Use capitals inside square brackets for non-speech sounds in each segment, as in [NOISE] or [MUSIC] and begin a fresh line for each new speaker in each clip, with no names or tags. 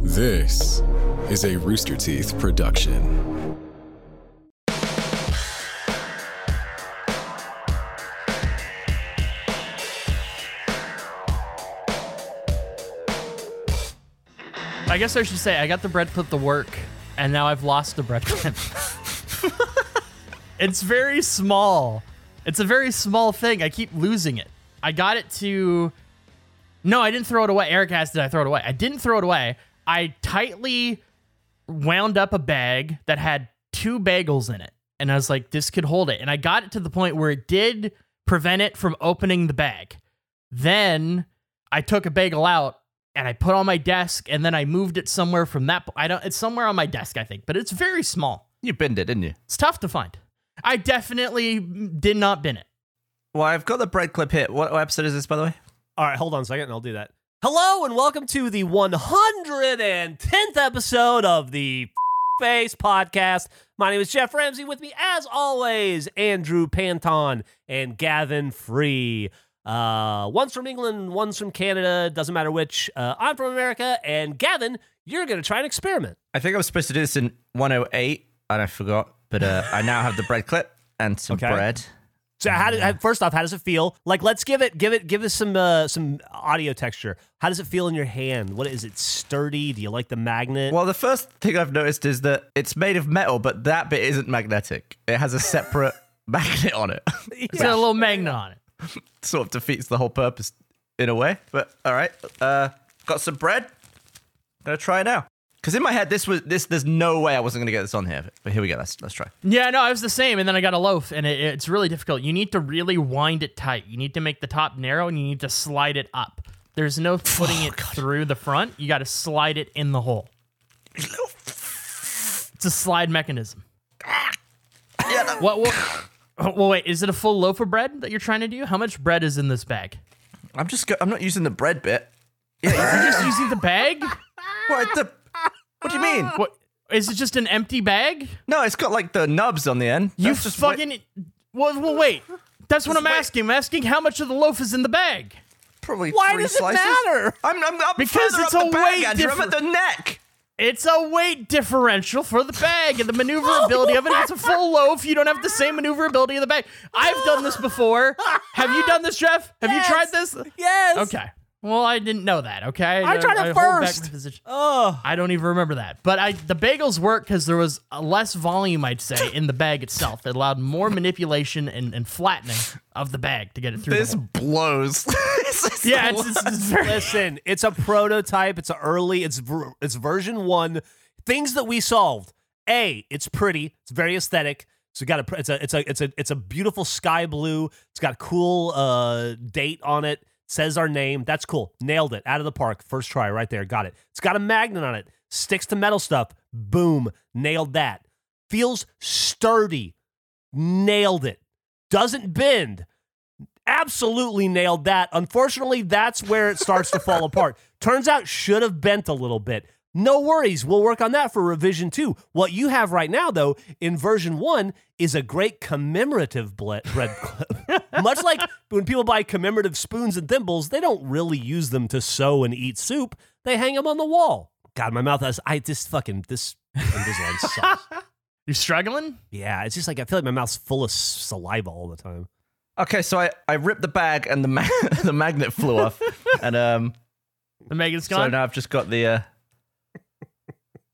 This is a Rooster Teeth production.
I guess I should say I got the bread clip to work, and now I've lost the bread clip. it's very small. It's a very small thing. I keep losing it. I got it to. No, I didn't throw it away. Eric asked, did I throw it away? I didn't throw it away. I tightly wound up a bag that had two bagels in it. And I was like, this could hold it. And I got it to the point where it did prevent it from opening the bag. Then I took a bagel out and I put on my desk and then I moved it somewhere from that. I don't, it's somewhere on my desk, I think, but it's very small.
You binned it, didn't you?
It's tough to find. I definitely mm, did not bin it.
Well, I've got the bread clip here. What episode is this, by the way?
All right, hold on a second, and I'll do that. Hello, and welcome to the 110th episode of the [LAUGHS] Face Podcast. My name is Jeff Ramsey. With me, as always, Andrew Panton and Gavin Free. Uh, one's from England, one's from Canada. Doesn't matter which. Uh, I'm from America, and Gavin, you're gonna try an experiment.
I think I was supposed to do this in 108, and I forgot. But uh, I now have the bread clip and some
Okay.
bread.
So, how did, how- first off, how does it feel? Like, let's give it, give it, give us some uh, some audio texture. How does it feel in your hand? What is it? Sturdy? Do you like the magnet?
Well, the first thing I've noticed is that it's made of metal, but that bit isn't magnetic. It has a separate [LAUGHS] magnet on it.
It's got a little magnet on it.
sort of defeats the whole purpose in a way. But all right, uh, got some bread. Gonna try it now. Cause in my head, this was this. There's no way I wasn't gonna get this on here. But here we go. Let's let's try.
Yeah, no, I was the same. And then I got a loaf, and it, it's really difficult. You need to really wind it tight. You need to make the top narrow, and you need to slide it up. There's no putting it through the front. You got to slide it in the hole. It's a slide mechanism. what? what oh, well, wait. Is it a full loaf of bread that you're trying to do? How much bread is in this bag?
I'm just. Go- I'm not using the bread [LAUGHS] bit.
You're just using the bag.
What the? What do
[LAUGHS]
you mean?
What? Is it just an empty bag?
No, it's got like the nubs on the end.
You
That's just wa-
fucking. Well, well, wait. That's what I'm asking. I'm asking how much of the loaf is in the bag.
probably
Why
three
does it
slices.
matter?
I'm, I'm, I'm
Because
further
it's
up
a
the bag,
way
Andrew. I'm
different-
at the neck.
It's a weight differential for the bag and the maneuverability of it. It's a full loaf. You don't have the same maneuverability of the bag. I've done this before. Have you done this, Jeff? Have you tried this?
yes.
Okay. Well, I didn't know that. Okay.
I tried it
hold back my
first.
position.
Oh.
I don't even remember that. But I the bagels work because there was uh, less volume, I'd say, in the bag itself that allowed more manipulation and, and flattening of the bag to get it through. the
This
hole.
[LAUGHS] blows. This is
yeah,
the
it's, it's, it's [LAUGHS] very.
Listen, it's a prototype. It's a early. It's ver- it's version one. Things that we solved. A, it's pretty. It's very aesthetic. So got a. pr- It's a. It's a. It's a. It's a beautiful sky blue. It's got a cool uh, date on it. Says our name. That's cool. Nailed it. Out of the park. First try. Right there. Got it. It's got a magnet on it. Sticks to metal stuff. Boom. Nailed that. Feels sturdy. Nailed it. Doesn't bend absolutely nailed that. Unfortunately, that's where it starts to fall apart. Turns out should have bent a little bit. No worries, we'll work on that for revision 2. What you have right now though in version 1 is a great commemorative ble- bread [LAUGHS] clip. Much like when people buy commemorative spoons and thimbles, they don't really use them to sew and eat soup. They hang them on the wall. God, my mouth has I just fucking this Invisalign sucks.
You're struggling?
Yeah, it's just like I feel like my mouth's full of saliva all the time.
Okay, so I, I ripped the bag and the ma- [LAUGHS] the magnet flew off, and um,
[LAUGHS] The Megan's
so
gone.
now I've just got the uh,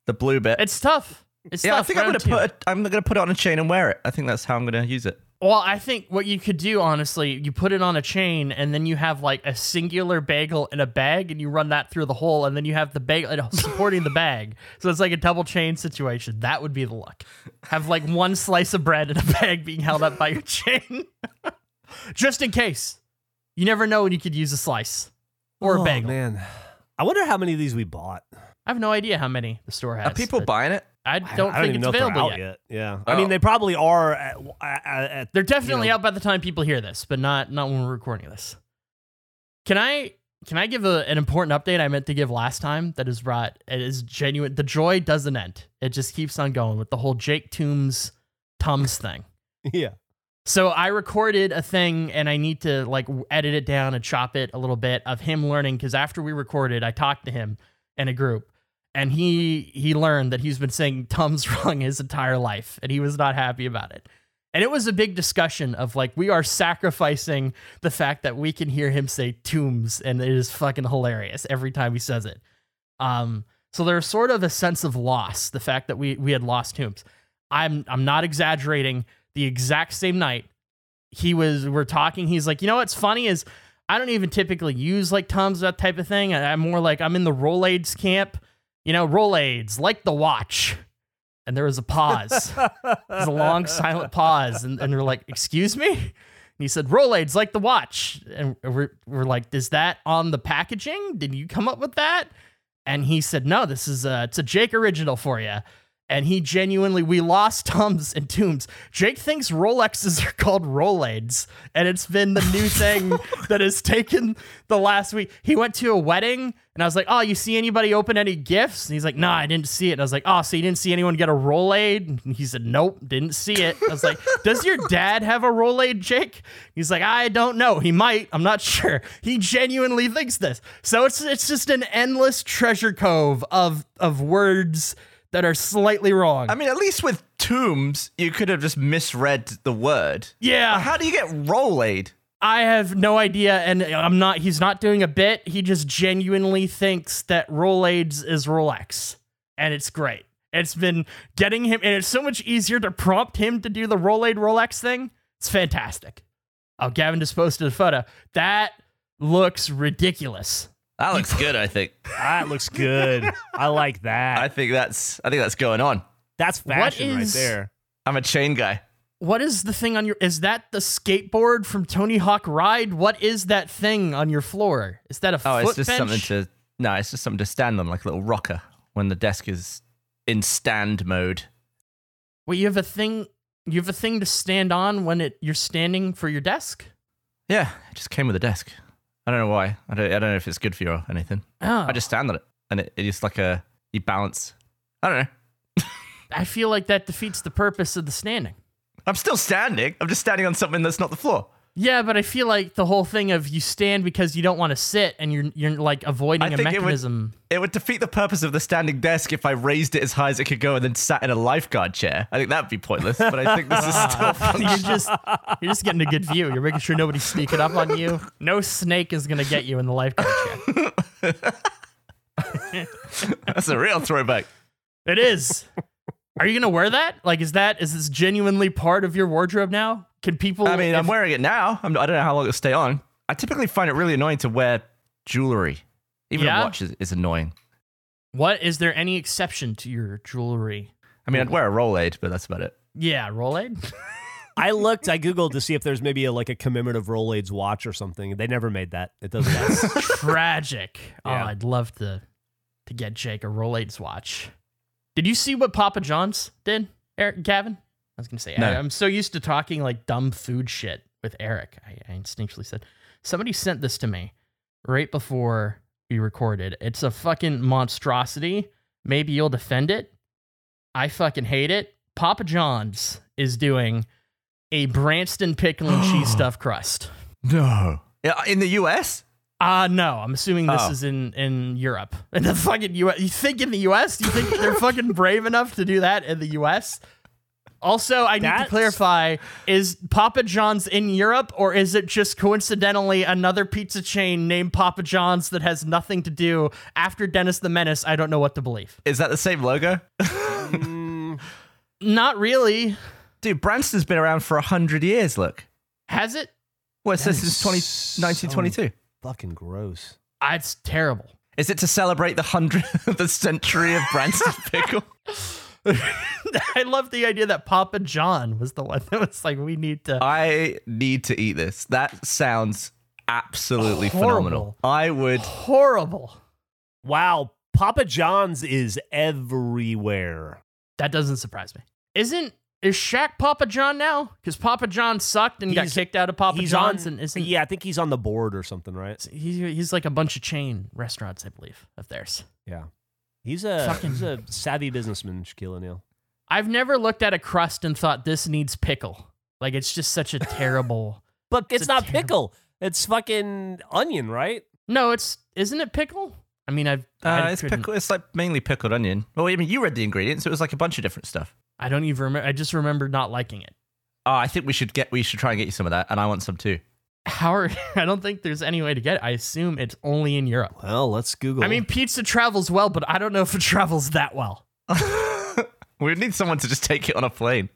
the blue bit.
It's tough. It's
yeah,
tough.
I think I'm gonna
Round two.
put it- I'm gonna put it on a chain and wear it. I think that's how I'm gonna use it.
Well, I think what you could do, honestly, you put it on a chain and then you have like a singular bagel in a bag and you run that through the hole and then you have the bagel [LAUGHS] supporting the bag. So it's like a double chain situation. That would be the look. Have like one slice of bread in a [LAUGHS] bag being held up by your chain. [LAUGHS] Just in case. You never know when you could use a slice or a
Oh,
bagel.
man. I wonder how many of these we bought.
I have no idea how many the store has.
Uh,
Are people
but
buying it?
I don't think
even
it's
know if they're
available
out
yet.
Yeah, I
Oh.
mean they probably are. At, at, at,
They're definitely
know.
out by the time people hear this, but not not when we're recording this. Can I can I give a, an important update I meant to give last time that is brought it is genuine the joy doesn't end. It just keeps on going with the whole Jake Toombs Tums thing.
yeah.
So I recorded a thing and I need to like w- edit it down and chop it a little bit of him learning because after we recorded, I talked to him in a group and he he learned that he's been saying Tums [LAUGHS] wrong his entire life, and he was not happy about it. And it was a big discussion of like we are sacrificing the fact that we can hear him say tombs, and it is fucking hilarious every time he says it. Um, so there's sort of a sense of loss, the fact that we we had lost tombs. I'm I'm not exaggerating. The exact same night, he was we're talking. He's like, you know what's funny is I don't even typically use like Tums that type of thing. I- I'm more like I'm in the Rolaids camp, you know, Rolaids like the watch. And there was a pause. There's a long silent pause, and, and we're like, "Excuse me." And he said, "Rolaids like the watch," and we're we're like, "Is that on the packaging? Did you come up with that?" And he said, "No, this is a it's a Jake original for you." And he genuinely, we lost Tums and Tombs. Jake thinks Rolexes are called Rolaids, and it's been the new thing that has taken the last week. He went to a wedding, and I was like, "Oh, you see anybody open any gifts?" And he's like, "Nah, I didn't see it." And I was like, "Oh, so you didn't see anyone get a Rolade?" And he said, "Nope, didn't see it." I
[LAUGHS]
was like, "Does your dad have a Rolade, Jake?" He's like, "I don't know. He might. I'm not sure." He genuinely thinks this. So it's it's just an endless treasure cove of of words that are slightly wrong.
I mean, at least with tombs, you could have just misread the word.
yeah.
How do you get Rolade?
I have no idea, and I'm not. He's not doing a bit. He just genuinely thinks that Rolaids is Rolex, and it's great. It's been getting him, and it's so much easier to prompt him to do the Rolaid Rolex thing. It's fantastic. Oh, Gavin just posted a photo. That looks ridiculous.
That looks good, I think.
That looks good. I like
I
that.
think that's I think that's going on.
That's fashion
is-
right there.
I'm a chain guy.
What is the thing on your? Is that the skateboard from Tony Hawk Ride? What is that thing on your floor? Is that a
Oh,
foot
it's just
bench?
something to no, it's just something to stand on, like a little rocker when the desk is in stand mode.
Wait, you have a thing. You have a thing to stand on when it you're standing for your desk.
Yeah, it just came with a desk. I don't know why. I don't. I don't know if it's good for you or anything.
Oh,
I just stand on it, and it, it is like a you balance. I don't know.
I feel like that defeats the purpose of the standing.
I'm still standing. I'm just standing on something that's not the floor.
Yeah, but I feel like the whole thing of you stand because you don't want to sit and you're you're like avoiding
I
a
think it would-
mechanism.
It would defeat the purpose of the standing desk if I raised it as high as it could go and then sat in a lifeguard chair. I think that'd be pointless. But I think this is still
you're just you're just getting a good view. You're making sure nobody's sneaking up on you. No snake is gonna get you in the lifeguard chair.
[LAUGHS] that's a real throwback.
It is. Are you gonna wear that? Like, is that is this genuinely part of your wardrobe now? Can people?
I mean, I'm
if-
wearing it now. I'm, I don't know how long it'll stay on. I typically find it really annoying to wear jewelry. Even
Yeah?
a watch is, is annoying.
what is there any exception to your jewelry?
I mean, I'd wear a Rolade, but that's about it.
Yeah, Rolade.
I looked, I Googled to see if there's maybe a, like a commemorative Rolaids watch or something. They never made that. It doesn't
[LAUGHS]
last.
Tragic.
Yeah.
Oh, I'd love to to get Jake a Rolaids watch. Did you see what Papa John's did, Eric Gavin? I was gonna say
No.
I, am so used to talking like dumb food shit with Eric. I, I instinctually said somebody sent this to me right before we recorded. It's a fucking monstrosity. Maybe you'll defend it. I fucking hate it. Papa John's is doing a Branston pickle and cheese stuffed crust.
No. Yeah, in the US?
Uh no, I'm assuming this
Oh.
is in in Europe. [LAUGHS] In the fucking US. You think in the US? You think they're fucking brave enough to do that in the US? Also, I need
That's-
to clarify is Papa John's in Europe or is it just coincidentally another pizza chain named Papa John's that has nothing to do after Dennis the Menace? I don't know what to believe.
Is that the same logo? [LAUGHS]
Not really.
Dude, Branston's been around for 100 years, look.
Has it?
Well, it says
is
since 20,
so-
1922.
Fucking gross.
Ah, It's terrible. [LAUGHS]
Is it to celebrate the 100th [LAUGHS] the century of Branston's pickle?
I love the idea that Papa John was the one that was like, we need
Uh,
to
I need to eat this. That sounds absolutely phenomenal.
Horrible.
I would.
horrible.
Wow. Papa John's is everywhere.
That doesn't surprise me. Isn't is Shaq Papa John now? Because Papa John sucked and
He's-
got kicked out of Papa
he's
John's,
on.
and isn't
yeah, I think he's on the board or something, right?
he, he's like a bunch of chain restaurants, I believe, of theirs.
Yeah. He's a
Fucking-
he's a savvy businessman, Shaquille O'Neal.
I've never looked at a crust and thought this needs pickle. Like it's just such a
[LAUGHS]
terrible.
But it's,
a
not
terrible-
pickle. It's fucking onion, right?
No, it's isn't it pickle? I mean, I've
Uh,
I,
it's
couldn't-
pickle. It's like mainly pickled onion. Well, I mean, you read the ingredients. It was like a bunch of different stuff.
I don't even remember. I just remember not liking it.
Oh, I think we should get. We should try and get you some of that, and I want some too.
How are, [LAUGHS] I don't think there's any way to get it. I assume it's only in Europe.
Well, let's Google.
I mean, pizza travels well, but I don't know if it [LAUGHS] travels that well.
[LAUGHS] we need someone to just take it on a plane.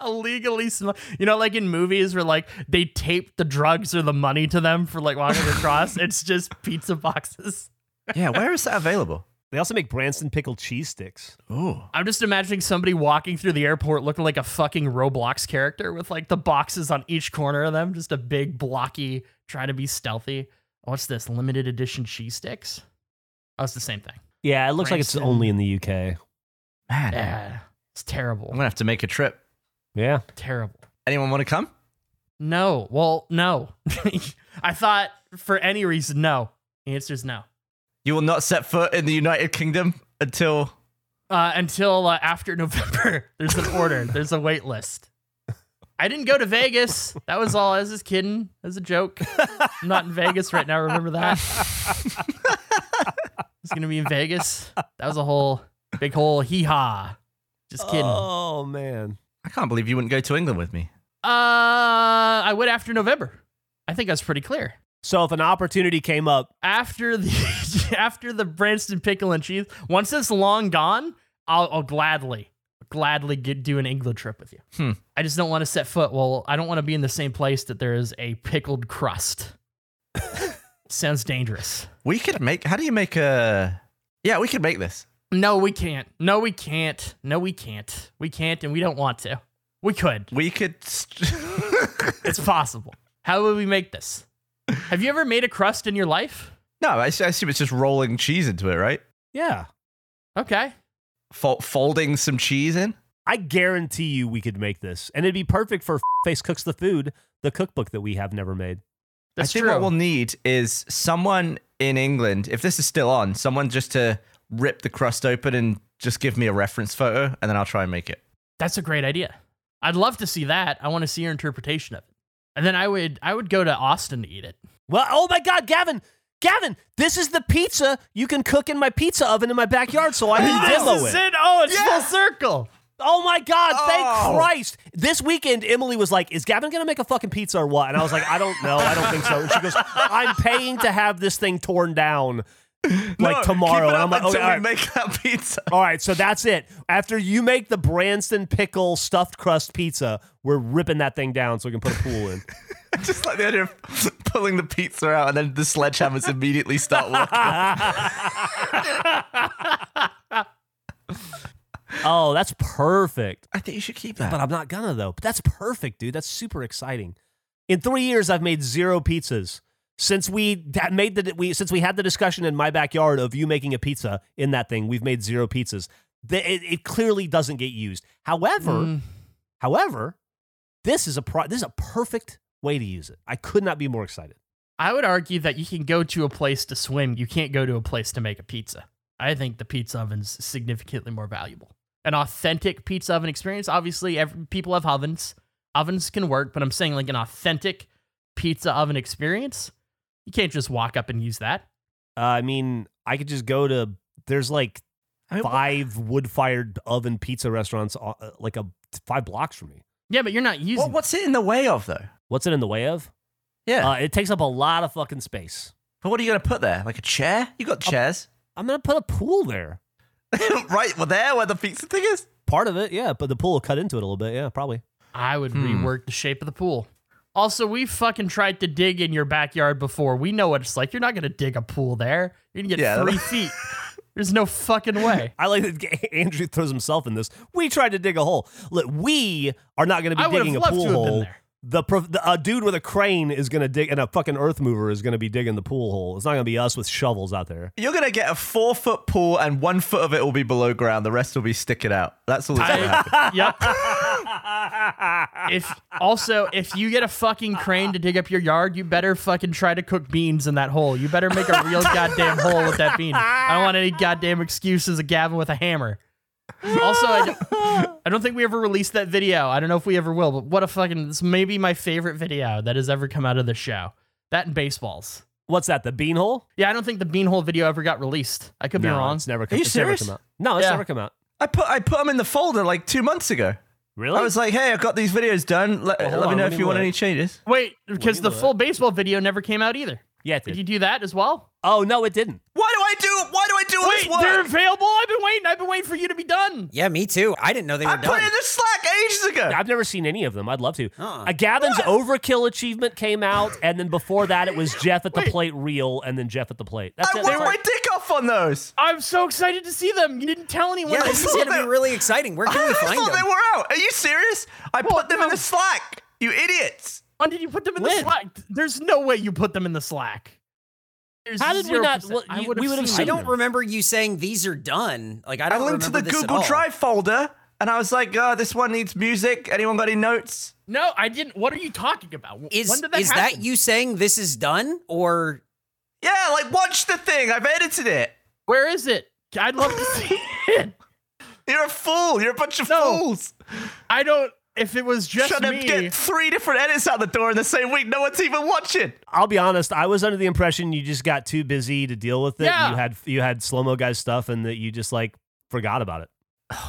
Illegally, sm- you know, like in movies where like they tape the drugs or the money to them for like walking across. it's just pizza boxes.
Yeah, where is that available?
they also make Branson pickled cheese sticks.
Oh,
I'm just imagining somebody walking through the airport looking like a fucking Roblox character with like the boxes on each corner of them, just a big blocky trying to be stealthy. What's this limited edition cheese sticks? Oh, it's the same thing.
Yeah, it looks like it's
Branson.
only in the UK.
man,
Yeah, it's
I'm
terrible,
gonna have to make a trip.
Yeah.
terrible.
Anyone want to come?
No. Well, no. [LAUGHS] I thought for any reason, no. The answer is no.
You will not set foot in the United Kingdom until.
Uh, until uh, after [LAUGHS] November, there's an order. There's a wait list. I didn't go to Vegas. That was all. I was just kidding. That was a joke. I'm not in Vegas right now. Remember that? I was gonna be in Vegas. That was a whole big whole hee haw. Just kidding. Uh,
Oh man.
I can't believe you wouldn't go to England with me.
Uh, I went after November. I think that's pretty clear.
So if an opportunity came up,
after the [LAUGHS] after the Branston pickle and cheese, once it's long gone, I'll, I'll gladly gladly get, do an England trip with you.
Hmm.
I just don't want to set foot. Well, I don't want to be in the same place that there is a pickled crust. [LAUGHS] Sounds dangerous.
We could make. How do you make a? Yeah, we could make this.
No, we can't. No, we can't. No, we can't. We can't, and we don't want to. We could.
We could. St- [LAUGHS]
It's possible. How would we make this? Have you ever made a crust in your life?
no, I, s- I assume it's just rolling cheese into it, right?
yeah,
Okay.
Fol- folding some cheese in.
I guarantee you we could make this, and it'd be perfect for [LAUGHS] Face Cooks the Food, the cookbook that we have never made.
That's
I think
true.
what we'll need is someone in England, if this is still on, someone just to rip the crust open and just give me a reference photo, and then I'll try and make it.
That's a great idea. I'd love to see that. I want to see your interpretation of it. And then I would I would go to Austin to eat it.
Well, oh my God, Gavin, Gavin, this is the pizza you can cook in my pizza oven in my backyard, so I [LAUGHS] can demo
this is
it.
it. Oh, it's
Yeah.
full circle.
Oh my God,
Oh.
thank Christ! This weekend, Emily was like, "Is Gavin gonna make a fucking pizza or what?" And I was like, "I don't know. I don't think so." And she goes, "I'm paying to have this thing torn down." Like
No, Oh, keep
tomorrow,
it
and
up
I'm like,
until
okay, all
we
right.
make that pizza.
All right, so that's it. After you make the Branston pickle stuffed crust pizza, we're ripping that thing down so we can put a pool
[LAUGHS]
in.
I [LAUGHS] just like the idea of [LAUGHS] pulling the pizza out, and then the sledgehammers immediately [LAUGHS] start working.
oh, that's perfect.
I think you should keep
But
that.
I'm not gonna though. But that's perfect, dude. That's super exciting. In three years, I've made zero pizzas since we that made the we since we had the discussion in my backyard of you making a pizza in that thing. We've made zero pizzas. The, it, it clearly doesn't get used. However,
Mm.
however, this is a pro, this is a perfect way to use it. I could not be more excited.
I would argue that you can go to a place to swim. You can't go to a place to make a pizza. I think the pizza oven's significantly more valuable. An authentic pizza oven experience. Obviously, every, people have ovens. Ovens can work, but I'm saying like an authentic pizza oven experience. You can't just walk up and use that.
Uh, I mean, I could just go to there's like
I mean,
five wood fired oven pizza restaurants uh, uh, like a five blocks from me.
Yeah, but you're not using.
what, what's it in the way of, though?
What's it in the way of?
Yeah.
Uh, it takes up a lot of fucking space.
but what are you going to put there? Like a chair? You got chairs.
I'm gonna put a pool there.
[LAUGHS] right, well, there where the pizza thing is?
Part of it, yeah, but the pool will cut into it a little bit, yeah, probably.
I would
Hmm.
rework the shape of the pool. Also, we fucking tried to dig in your backyard before. We know what it's like. You're not gonna dig a pool there. You're gonna get
Yeah, that- [LAUGHS]
three feet. There's no fucking way.
I like that [LAUGHS] G- Andrew throws himself in this. We tried to dig a hole. Look, we are not gonna be
I would
digging
have
a
loved to
pool
have been
hole.
there.
The, pro- the a dude with a crane is gonna dig, and a fucking earth mover is gonna be digging the pool hole. It's not gonna be us with shovels out there.
You're gonna get a four foot pool, and one foot of it will be below ground. The rest will be sticking out. That's all that's gonna happen.
I- yep. If also, if you get a fucking crane to dig up your yard, you better fucking try to cook beans in that hole. You better make a real goddamn hole with that bean. I don't want any goddamn excuses of Gavin with a hammer. Also, I don't, I don't think we ever released that video. I don't know if we ever will, but what a fucking this may be my favorite video that has ever come out of the show. That and baseballs.
What's that? The beanhole?
Yeah, I don't think the Beanhole video ever got released. I could be wrong.
It's never.
Are you
it's never
serious?
come out. No, it's
Yeah.
never come out.
I put I put them in the folder like two months ago.
Really?
I was like, hey, I've got these videos done. Let,
hold
let me
on,
know
let
if
me
you want
look.
any changes.
Wait, because
you
the
look.
full baseball video never came out either.
yeah, it
Did
did.
you do that as well?
oh no, it didn't.
Why do I do? Why do I do all
Wait,
this work?
they're available. I've been waiting. I've been waiting for you to be done.
Yeah, me too. I didn't know they were
I put
done.
it in the Slack ages ago.
I've never seen any of them. I'd love to.
Uh-uh.
Uh, Gavin's overkill achievement came out, and then before that, it was Jeff at the
Wait.
plate reel, and then Jeff at the plate. That's
I
it.
worked
That's all-
my dick off on those.
I'm so excited to see them. You didn't tell anyone.
yeah,
that
this
you
is
did.
gonna be really exciting. Where can
[LAUGHS] I
we find
thought
them?
they were out. Are you serious? I put them in the Slack. You idiots.
When did you put them in the
When?
Slack? There's no way you put them in the Slack. There's
How did we not-
0%.
well,
I
you-
would've
we would've
seen
I
seen
them.
them.
don't remember you saying these are done. Like I
I
don't
linked to the
remember this at
Google
all.
Drive folder, and I was like, oh, this one needs music. Anyone got any notes?
No, I didn't. What are you talking about?
Is
when did that
is
happen?
that you saying this is done or
Yeah, like watch the thing. I've edited it.
Where is it? I'd love
[LAUGHS]
to see it.
You're a fool. You're a bunch of
No.
fools.
I don't. If it was just
Trying
me,
to get three different edits out the door in the same week. No one's even watching.
I'll be honest. I was under the impression you just got too busy to deal with it.
Yeah.
You had you had slow mo guys stuff, and that you just like forgot about it.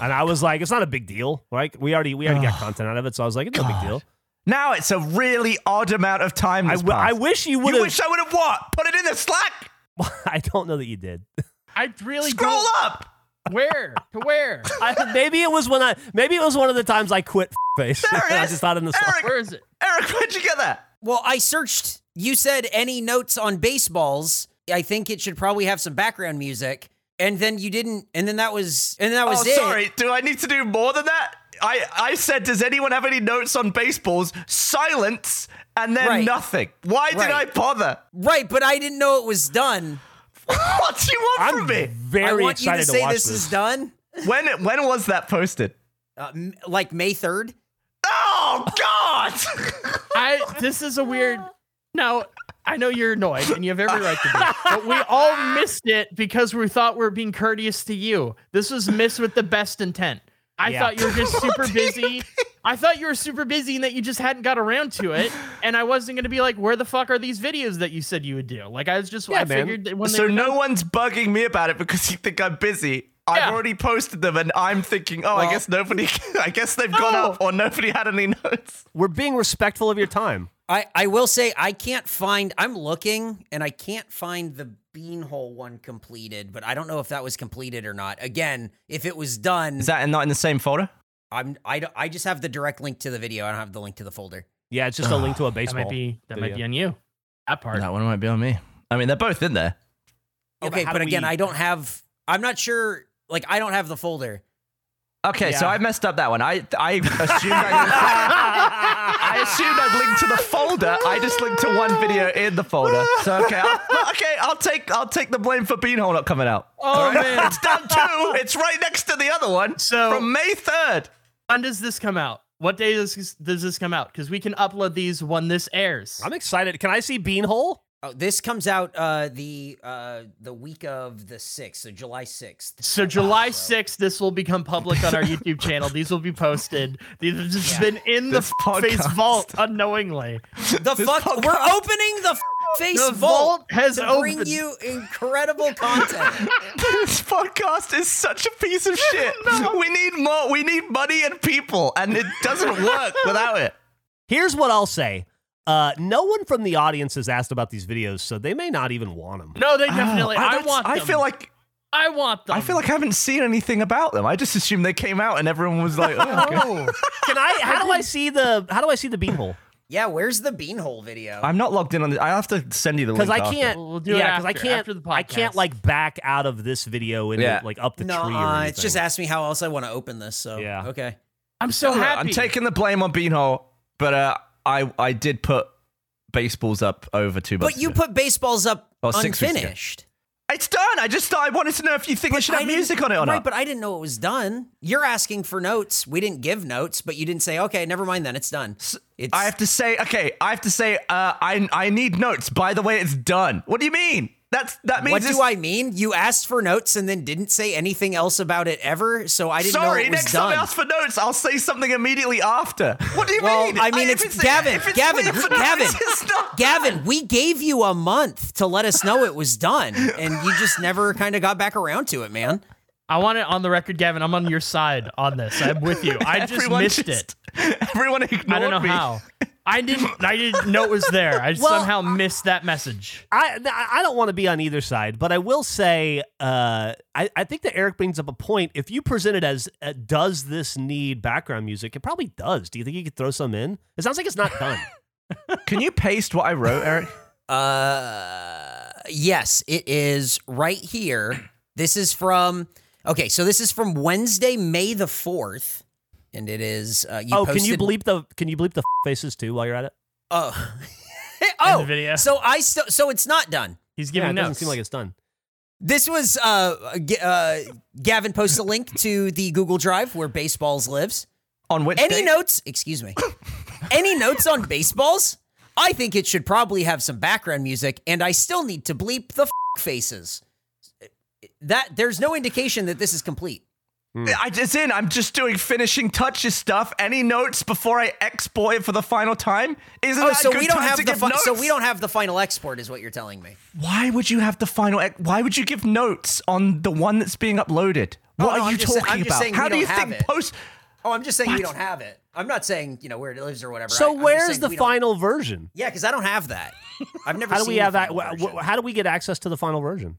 And I was like, it's not a big deal, right? We already we already got content out of it, so I was like, it's no big deal.
Now it's a really odd amount of time.
I
That's
w- I
passed.
wish you would
you
have.
wish I would have what? Put it in the Slack.
[LAUGHS] I don't know that you did.
I really
Scroll
don't.
up.
Where to
[LAUGHS]
where?
[LAUGHS] I, maybe it was when I maybe it was one of the times I quit [LAUGHS] face.
There it
I
is.
just thought in the slot.
Where is it?
Eric, where'd you get that?
Well, I searched. You said any notes on baseballs. I think it should probably have some background music. And then you didn't. And then that was. And that was
oh,
it.
sorry. Do I need to do more than that? I, I said, does anyone have any notes on baseballs? Silence, and then
Right.
nothing. Why did
Right.
I bother? [LAUGHS]
Right, but I didn't know it was done.
what do you want
I'm
from me?
very
I want you
excited
to
to,
say
watch
this, is done.
When when was that posted?
Uh, m- like May third.
Oh God!
I. This is a weird. Now I know you're annoyed, and you have every right to be. But we all missed it because we thought we were being courteous to you. This was missed with the best intent. I
Yeah.
thought you were
[LAUGHS]
just super busy. I thought you were super busy and that you just hadn't got around to it. And I wasn't gonna be like, where the fuck are these videos that you said you would do? Like I was just, I
man.
figured that when they
[LAUGHS] so
were
no one's bugging me about it because you think I'm busy.
Yeah.
I've already posted them, and I'm thinking, oh, I guess nobody. [LAUGHS] I guess they've gone
No.
up, or nobody had any notes.
We're being respectful of your time.
I I will say I can't find. I'm looking and I can't find the beanhole one completed. But I don't know if that was completed or not. Again, if it was done,
that not in the same folder?
I'm I don't- I just have the direct link to the video. I don't have the link to the folder.
Yeah, it's just a link to
[SIGHS]
a
That
baseball.
might
[LAUGHS]
be that might
video.
be on you. That part.
one might be on me. I mean, they're both in there.
Yeah, but
okay,
how
but
do
again,
we-
I don't have. I'm not sure. Like, I don't have the folder.
Okay, so
Yeah.
I messed up that one. I I assumed I, I assumed I'd linked to the folder. I just linked to one video in the folder. So okay, I'll, okay, I'll take I'll take the blame for Beanhole not coming out.
[LAUGHS]
Oh man.
It's down two. It's right next to the other one.
So-
from May third.
When does this come out? What day does this, does this come out? Because we can upload these when this airs.
I'm excited. Can I see Beanhole?
Oh, this comes out uh, the uh, the week of the sixth, so July sixth.
So July 6th, this will become public
[LAUGHS]
on our YouTube channel. These will be posted. These have just been in the
This
face
podcast.
vault unknowingly.
The fuck, we're opening the f- face
The
vault
vault has
to
opened.
bring you incredible content.
[LAUGHS] This podcast is such a piece of shit. We need more. We need money and people, and it doesn't work without it.
Here's what I'll say. Uh, no one from the audience has asked about these videos, so they may not even want them.
no, they definitely.
Oh,
I,
that's-
want. Them.
I feel like
I want them.
I feel like I haven't seen anything about them. I just assumed they came out and everyone was like, oh, okay.
[LAUGHS] Can I? How do I see the? How do I see the Beanhole?
yeah, where's the beanhole video?
I'm not logged in on this. I have to send you the link.
Because I
after.
can't.
We'll do it
yeah, because I
after-
can't.
after the
I can't
podcast.
like back out of this video and
Yeah.
like up the tree. Or
no, uh,
anything.
it's just ask me how else I want to open this. So
Yeah.
okay.
I'm so
Look,
happy.
I'm taking the blame on Beanhole, but uh, I I did put baseballs up over two months.
But you
ago.
put baseballs up
Oh, six weeks ago.
unfinished.
it's done. I just thought I wanted to know if you think I should
I
have
didn't-
music on it or
right,
not.
but I didn't know it was done. You're asking for notes. We didn't give notes, but you didn't say, okay, never mind then, it's done. It's
I have to say, okay, I have to say, uh, I I need notes. By the way, it's done. What do you mean? That's that means
What
it's-
do I mean? You asked for notes and then didn't say anything else about it ever, so I didn't
Sorry,
know it was
next
done.
time I ask for notes, I'll say something immediately after. What do you
Well,
mean?
I mean,
if
it's Gavin,
if it's [LAUGHS]
Gavin,
weird for
Gavin.
notes, it's not-
Gavin, we gave you a month to let us know it was done, and you just never kind of got back around to it, man.
I want it on the record, Gavin. I'm on your side on this. I'm with you. I just
Everyone
missed it.
just- [LAUGHS] Everyone ignored
I don't know
me.
how. I didn't. I didn't know it was there. I
Well,
somehow missed that message.
I I- I don't want to be on either side, but I will say uh, I I think that Eric brings up a point. If you present it as uh, does this need background music, it probably does. Do you think you could throw some in? It sounds like it's not
[LAUGHS]
done.
Can you paste what I wrote, Eric?
Uh, yes, it is right here. This is from okay, so this is from Wednesday, May the fourth, and it is. Uh, you
oh,
posted,
can you bleep the can you bleep the faces too while you're at it?
Oh, [LAUGHS] oh,
the video.
So I still. So it's not done.
He's
Yeah, it
giving
doesn't
notes.
seem like it's done.
This was uh, G- uh, Gavin posted a link to the Google Drive where baseballs lives.
On which
Any
day?
notes? Excuse me. Any notes on baseballs? I think it should probably have some background music, and I still need to bleep the f- faces. That there's no indication that this is complete.
Mm. I just in. I'm just doing finishing touches stuff. Any notes before I export it for the final time? Isn't
Oh,
that
so
a good
we don't
time
have
to
the
give
fi-
notes?
so we don't have the final export, is what you're telling me.
Why would you have the final? ex- Why would you give notes on the one that's being uploaded? What
Oh, no,
are
I'm
you
just sa-
talking
I'm just
about?
saying
How
we
do you
don't have
think
it.
post?
Oh, I'm just saying we don't have it. I'm not saying you know where it lives or whatever. I-
So
I'm just
where's
saying
the
we don't-
final version?
Yeah, because I don't have that. I've never.
How do
seen
we
the
have that?
final
wh-
version.
wh- How do we get access to the final version?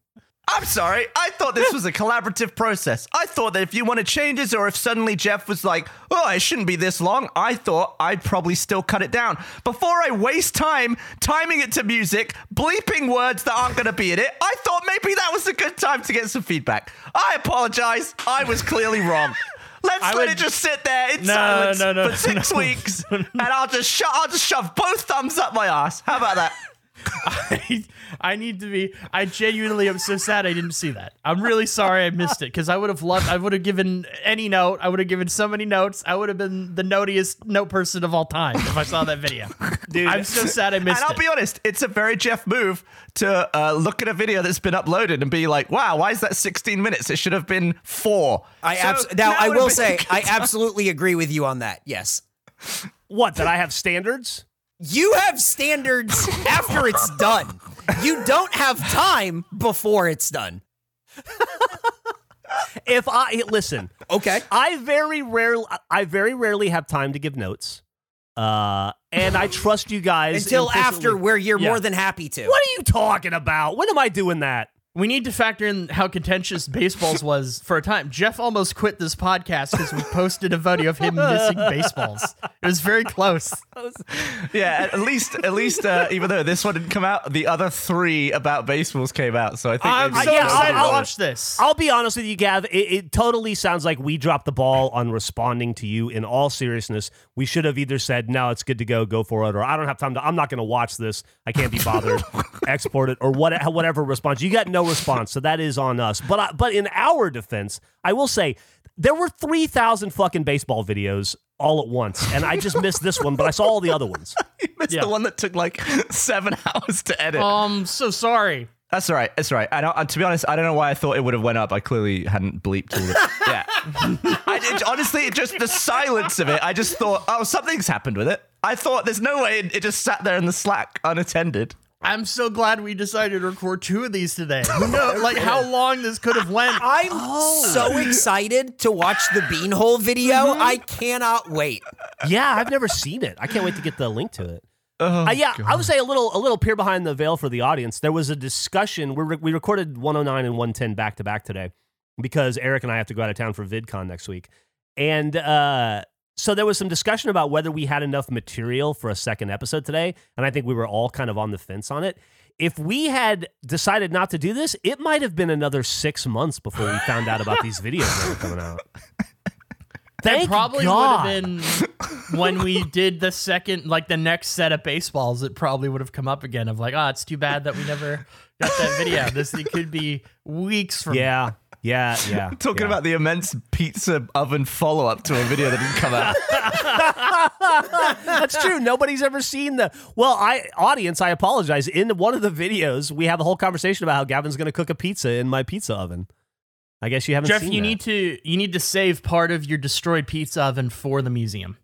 I'm sorry. I thought this was a collaborative process. I thought that if you wanted changes or if suddenly Jeff was like, oh, it shouldn't be this long, I thought I'd probably still cut it down. Before I waste time timing it to music, bleeping words that aren't going to be in it, I thought maybe that was a good time to get some feedback. I apologize. I was clearly wrong. Let's
I
let
would-
it just sit there in
No,
silence
no, no,
for six
[LAUGHS] no.
weeks, and I'll just sho- I'll just shove both thumbs up my ass. How about that?
[LAUGHS] I need to be. I genuinely am so sad I didn't see that. I'm really sorry I missed it because I would have loved. I would have given any note. I would have given so many notes. I would have been the notiest note person of all time if I saw that video. Dude, I'm so sad I missed
And I'll
it.
be honest, it's a very Jeff move to uh, look at a video that's been uploaded and be like, "Wow, why is that 16 minutes? It should have been four.
I
So
abs- now
that
I
would have
will
been- [LAUGHS]
say I absolutely agree with you on that. Yes.
What that I have standards?
You have standards after it's done. You don't have time before it's done.
If I listen,
Okay.
I very rarely, I very rarely have time to give notes, uh, and I trust you guys
Until
implicitly.
after where you're
Yeah.
more than happy to.
What are you talking about? When am I doing that?
we need to factor in how contentious baseballs was for a time. Jeff almost quit this podcast because we posted a video of him missing baseballs. It was very close.
yeah, at least at least
[LAUGHS]
uh, even though this one didn't come out, the other three about baseballs came out. So I think
I'm
maybe
so
those
yeah,
excited
are
to
I'll-
the
watch this.
I'll be honest with you, Gav. It, it totally sounds like we dropped the ball on responding to you. In all seriousness, we should have either said, "No, it's good to go, go for it," or "I don't have time to. I'm not going to watch this. I can't be bothered. Export it," or what, whatever response. You got no response, so that is on us. But I, but in our defense, I will say there were three thousand fucking baseball videos all at once, and I just missed this one, but I saw all the other ones.
[LAUGHS] It's
Yeah.
the one that took like [LAUGHS] seven hours to edit.
Um, so sorry.
That's all right. That's all right. I don't, uh, to be honest, I don't know why I thought it would have went up. I clearly hadn't bleeped all of it. [LAUGHS] yeah. I did, honestly, it just the silence of it. I just thought, oh, something's happened with it. I thought there's no way it, it just sat there in the Slack unattended.
I'm so glad we decided to record two of these today. Who knows, like how long this could have went.
I'm so excited to watch the beanhole video. I cannot wait.
Yeah, I've never seen it. I can't wait to get the link to it. Uh, yeah, I would say a little a little peer behind the veil for the audience. There was a discussion. We, re- we recorded 109 and 110 back to back today because Eric and I have to go out of town for VidCon next week. And uh, so there was some discussion about whether we had enough material for a second episode today. And I think we were all kind of on the fence on it. If we had decided not to do this, it might have been another six months before we found out about these videos that were coming out. Thank
It probably
God.
would have been when
[LAUGHS]
we did the second, like the next set of baseballs. It probably would have come up again "Ah,
[LAUGHS]
of like, oh, it's too bad that we never got that video. This it could be weeks from.
Yeah. yeah, [LAUGHS] yeah.
Talking about the immense pizza oven follow up to a video that didn't come out.
[LAUGHS] That's true. Nobody's ever seen the. Well, I audience, I apologize. In one of the videos, we have a whole conversation about how Gavin's going to cook a pizza in my pizza oven. I guess you haven't
Jeff,
seen
you
that.
need to you need to save part of your destroyed pizza oven for the museum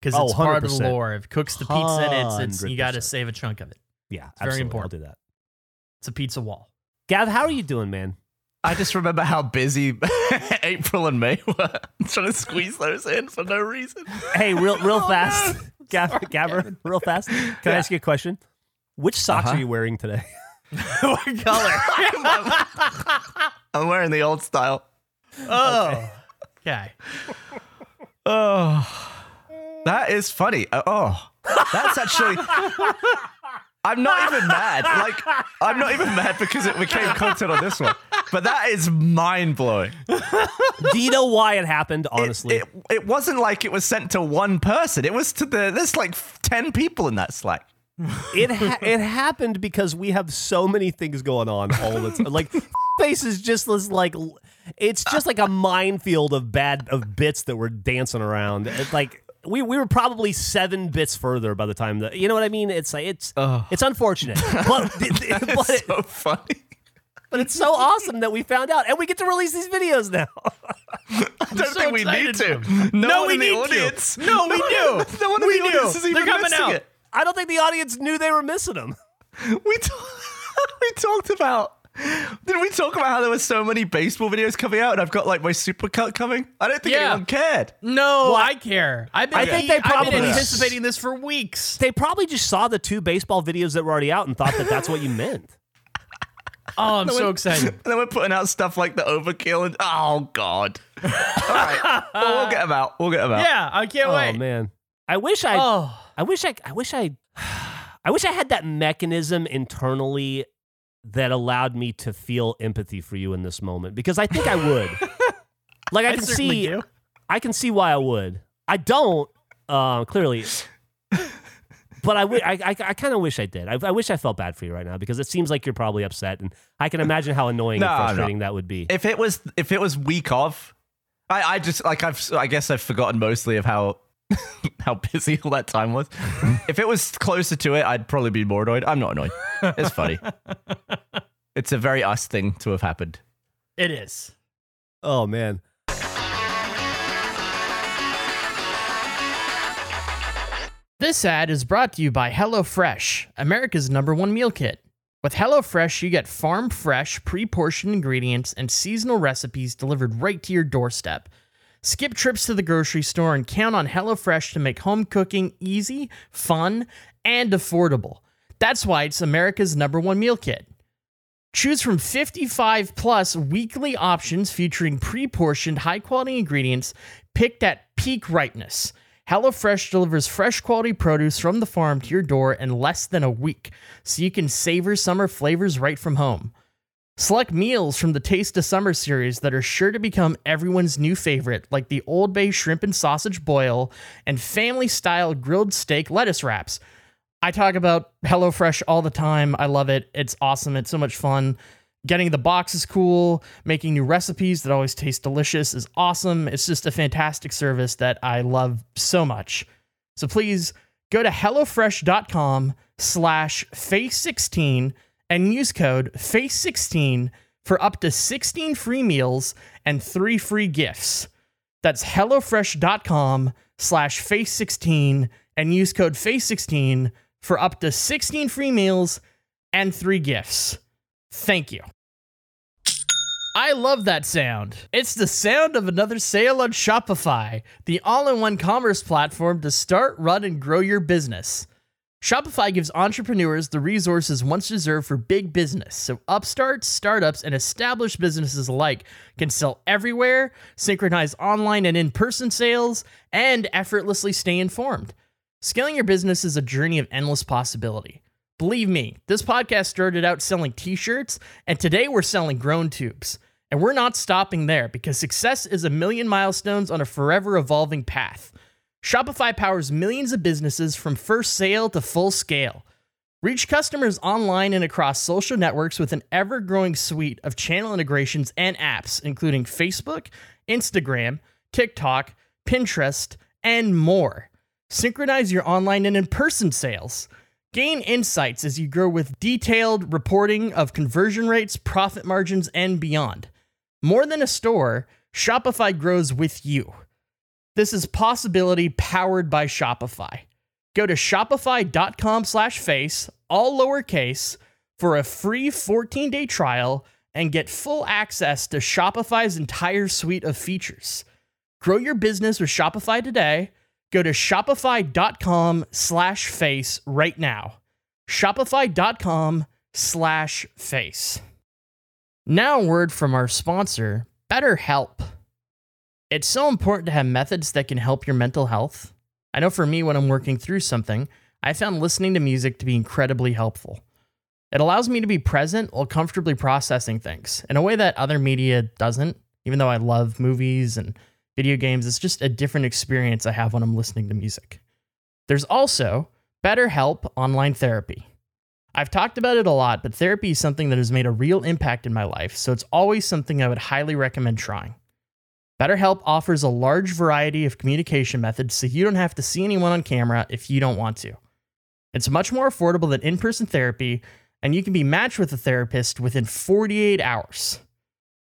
because
Oh,
it's part of the
100%.
lore. If it cooks the pizza, and it's, it's you got to
100%.
save a chunk of it.
Yeah,
very
absolutely.
important.
I'll do that.
It's a pizza wall.
Gav, how are you doing, man?
I just remember how busy [LAUGHS] April and May were [LAUGHS] trying to squeeze those in for no reason.
Hey, real,
Oh,
real fast, [LAUGHS] Gav, Gabber, real fast. Can I ask you a question? Which socks are you wearing today?
[LAUGHS]
[LAUGHS]
what color?
[LAUGHS] I'm wearing the old style.
oh, okay.
Oh, that is funny. Uh, Oh, that's actually. I'm not even mad. Like, I'm not even mad because it became content on this one. But that is mind blowing.
do you know why it happened? Honestly,
It, it wasn't like it was sent to one person. It was to the. There's like 10 people in that Slack.
it ha- it happened because we have so many things going on all the time. Like [LAUGHS] face is just this like l- it's just like a minefield of bad of bits that we're dancing around. It's like we, we were probably seven bits further by the time that you know what I mean. It's like it's it's unfortunate, but but, it,
So funny.
but it's so awesome that we found out and we get to release these videos now. [LAUGHS]
I don't
so
think we need
excited.
to. No,
No,
one
we
in the
need to.
audience.
No, we
one-
do.
No one in
We
the
do.
audience is
They're
even
coming
missing
out.
it.
I don't think the audience knew they were missing them.
We t- [LAUGHS] we talked about. Didn't we talk about how there were so many baseball videos coming out, and I've got like my supercut coming? I don't think
Yeah.
anyone cared.
No, I care. I've been,
I think they
have been
probably-
anticipating this for [LAUGHS] weeks.
They probably just saw the two baseball videos that were already out and thought that that's what you meant.
Oh, I'm so excited. [LAUGHS]
And then we're putting out stuff like the overkill, and oh god. All right, well, we'll get them out. We'll get them out.
Yeah, I can't
Oh
wait.
man, I wish I
Oh,
I wish I I wish I [SIGHS] I wish I had that mechanism internally that allowed me to feel empathy for you in this moment because I think I would. like I,
I
can
certainly
see
do.
I can see why I would. I don't uh, clearly. But I wi- I- I- I kind of wish I did. I, I wish I felt bad for you right now because it seems like you're probably upset, and I can imagine how annoying
No,
and
no.
frustrating that would be.
If it was, if it was week of, I, I just like I've, I guess I've forgotten mostly of how. [LAUGHS] How busy all that time was. if it was closer to it, I'd probably be more annoyed. I'm not annoyed. It's funny. it's a very us thing to have happened.
it is.
Oh man.
This ad is brought to you by HelloFresh, America's number one meal kit. With HelloFresh, you get farm fresh, pre portioned ingredients and seasonal recipes delivered right to your doorstep. Skip trips to the grocery store and count on HelloFresh to make home cooking easy, fun, and affordable. That's why it's America's number one meal kit. Choose from 55 plus weekly options featuring pre portioned high quality ingredients picked at peak rightness. HelloFresh delivers fresh quality produce from the farm to your door in less than a week, so you can savor summer flavors right from home. Select meals from the Taste of Summer series that are sure to become everyone's new favorite, like the Old Bay shrimp and sausage boil and family style grilled steak lettuce wraps. I talk about HelloFresh all the time. I love it. It's awesome. It's so much fun. Getting the box is cool. Making new recipes that always taste delicious is awesome. It's just a fantastic service that I love so much. So please go to HelloFresh.com slash face16 and use code face16 for up to 16 free meals and three free gifts. That's HelloFresh.com slash face16 and use code face16 for up to 16 free meals and three gifts. Thank you. I love that sound. It's the sound of another sale on Shopify, the all in one commerce platform to start, run, and grow your business. Shopify gives entrepreneurs the resources once deserved for big business, so upstarts, startups, and established businesses alike can sell everywhere, synchronize online and in person sales, and effortlessly stay informed. Scaling your business is a journey of endless possibility. Believe me, this podcast started out selling t shirts, and today we're selling grown tubes. And we're not stopping there because success is a million milestones on a forever evolving path. Shopify powers millions of businesses from first sale to full scale. Reach customers online and across social networks with an ever growing suite of channel integrations and apps, including Facebook, Instagram, TikTok, Pinterest, and more. Synchronize your online and in person sales. Gain insights as you grow with detailed reporting of conversion rates, profit margins, and beyond. More than a store, Shopify grows with you. This is possibility powered by Shopify. Go to shopify.com slash face, all lowercase, for a free 14-day trial and get full access to Shopify's entire suite of features. Grow your business with Shopify today. Go to shopify.com slash face right now. Shopify.com slash face. Now, a word from our sponsor, BetterHelp. It's so important to have methods that can help your mental health. I know for me, when I'm working through something, I found listening to music to be incredibly helpful. It allows me to be present while comfortably processing things in a way that other media doesn't. Even though I love movies and video games, it's just a different experience I have when I'm listening to music. There's also BetterHelp online therapy. I've talked about it a lot, but therapy is something that has made a real impact in my life, so it's always something I would highly recommend trying. BetterHelp offers a large variety of communication methods so you don't have to see anyone on camera if you don't want to. It's much more affordable than in person therapy, and you can be matched with a therapist within 48 hours.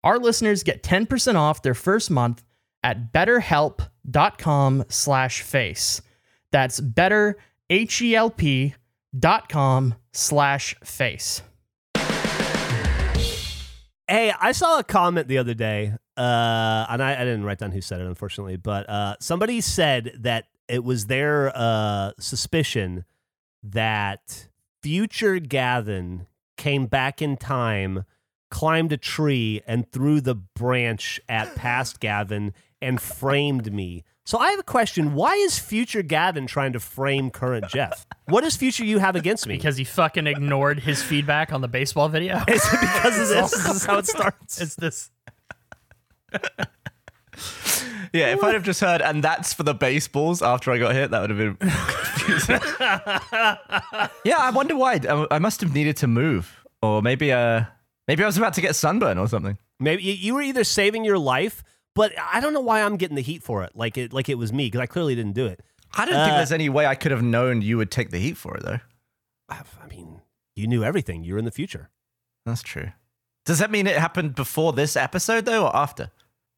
Our listeners get 10% off their first month at betterhelp.com slash face. That's better, H-E-L-P dot com slash face.
Hey, I saw a comment the other day, uh, and I, I didn't write down who said it, unfortunately, but uh, somebody said that it was their uh, suspicion that future Gavin came back in time, climbed a tree, and threw the branch at past Gavin and framed me. So I have a question. Why is future Gavin trying to frame current Jeff? What does future you have against me?
Because he fucking ignored his feedback on the baseball video.
[LAUGHS]
[LAUGHS]
is it because of this? this is how it starts.
It's this. [LAUGHS]
Yeah, if I'd have just heard, and that's for the baseballs after I got hit, that would have been confusing. yeah, I wonder why. I, I must have needed to move. Or maybe uh, maybe I was about to get sunburn or something.
Maybe you, you were either saving your life, but I don't know why I'm getting the heat for it. Like it, like it was me because I clearly didn't do it.
I don't think there's any way I could have known you would take the heat for it, though.
I I mean, you knew everything. You're in the future.
That's true. Does that mean it happened before this episode, though, or after?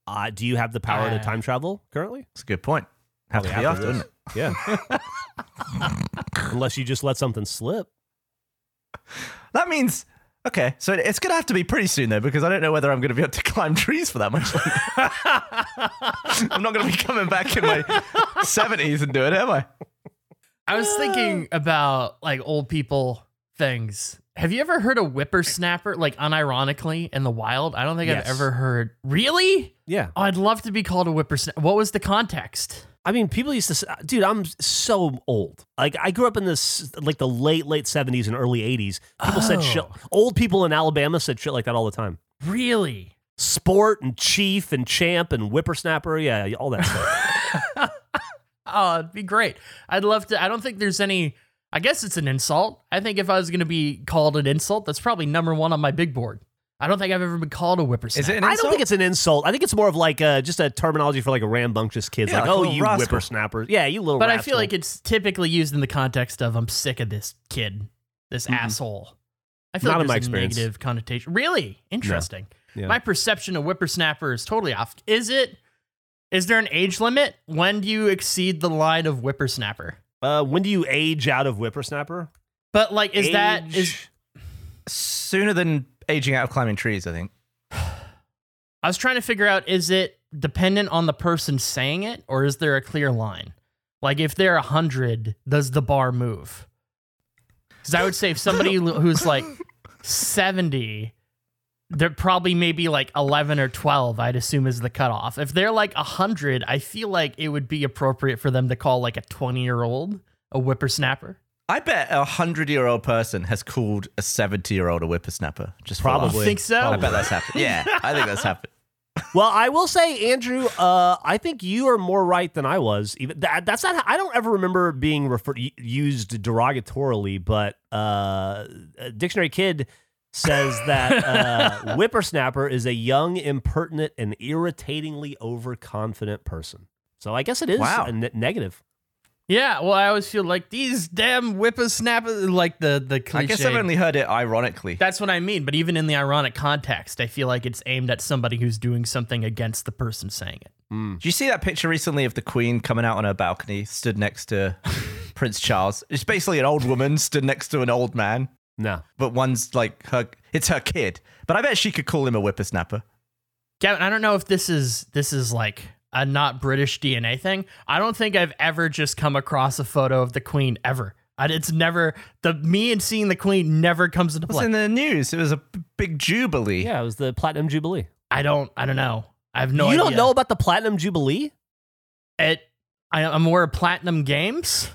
Uh, do you have the power
Uh,
to time travel currently?
That's a good point. Have to be
Probably
after,
after
doesn't it?
Yeah. Unless you just let something slip.
That means okay. So it- it's gonna have to be pretty soon though, because I don't know whether I'm gonna be able to [LAUGHS] climb trees for that much. Longer. [LAUGHS] I'm not gonna be coming back in my seventies and doing it, am I?
I was thinking about like old people things. Have you ever heard a whippersnapper, like unironically, in the wild? I don't think
Yes.
I've ever heard. Really?
Yeah.
Oh, I'd love to be called a whippersnapper. What was the context?
I mean, people used to, s- uh, dude, I'm so old. Like, I grew up in this, like, the late, late 70s and early 80s. People said shit. Old people in Alabama said shit like that all the time.
Really?
Sport and chief and champ and whippersnapper. Yeah, all that stuff.
Oh, it'd be great. I'd love to. I don't think there's any. I guess it's an insult. I think if I was going to be called an insult, that's probably number one on my big board. I don't think I've ever been called a whippersnapper.
Is it an
I don't
insult?
think it's an insult. I think it's more of like uh, just a terminology for like a rambunctious kids.
Yeah,
like,
like a
oh,
little
you
rascal."
whippersnappers. Yeah, you little.
But I
rascal.
feel like it's typically used in the context of I'm sick of this kid, this asshole. I feel
Mm-hmm. Not
like there's
in my
a
experience.
negative connotation. Really interesting.
Yeah.
My perception of whippersnapper is totally off. Is it? Is there an age limit? When do you exceed the line of whippersnapper?
uh, when do you age out of whippersnapper?
But like, is that is?
Age-
sooner than aging out of climbing trees? I think.
I was trying to figure out: is it dependent on the person saying it, or is there a clear line? Like, if they're hundred, does the bar move? Because I would say if somebody l- who's like seventy, they're probably maybe like eleven or twelve. I'd assume is the cutoff. If they're like hundred, I feel like it would be appropriate for them to call like a twenty-year-old a whippersnapper.
I bet a hundred-year-old person has called a seventy-year-old a whippersnapper. Just for
Probably.
laughs.
Think so?
[LAUGHS] I bet that's happened. Yeah, I think that's happened.
Well, I will say, Andrew, uh, I think you are more right than I was. Even that, that's not. How, I don't ever remember being referred used derogatorily, but uh, dictionary kid says that
[LAUGHS]
uh, whippersnapper is a young, impertinent, and irritatingly overconfident person. So I guess it is
Wow.
a ne- negative.
Yeah, well, I always feel like these damn whippersnappers, like the the cliche.
I guess I've only heard it ironically.
That's what I mean. But even in the ironic context, I feel like it's aimed at somebody who's doing something against the person saying it.
Did you see that picture recently of the Queen coming out on her balcony, stood next to [LAUGHS] Prince Charles? It's basically an old woman stood next to an old man,
No,
but one's like her. It's her kid, but I bet she could call him a whippersnapper.
Gavin, I don't know if this is this is like a not British DNA thing. I don't think I've ever just come across a photo of the Queen ever. I, it's never the me and seeing the Queen never comes into
It was
play.
in the news. It was a b- big jubilee.
yeah, it was the platinum jubilee.
I don't. I don't know. I have no.
you don't
idea.
know about the platinum jubilee?
it. I, I'm aware of Platinum Games.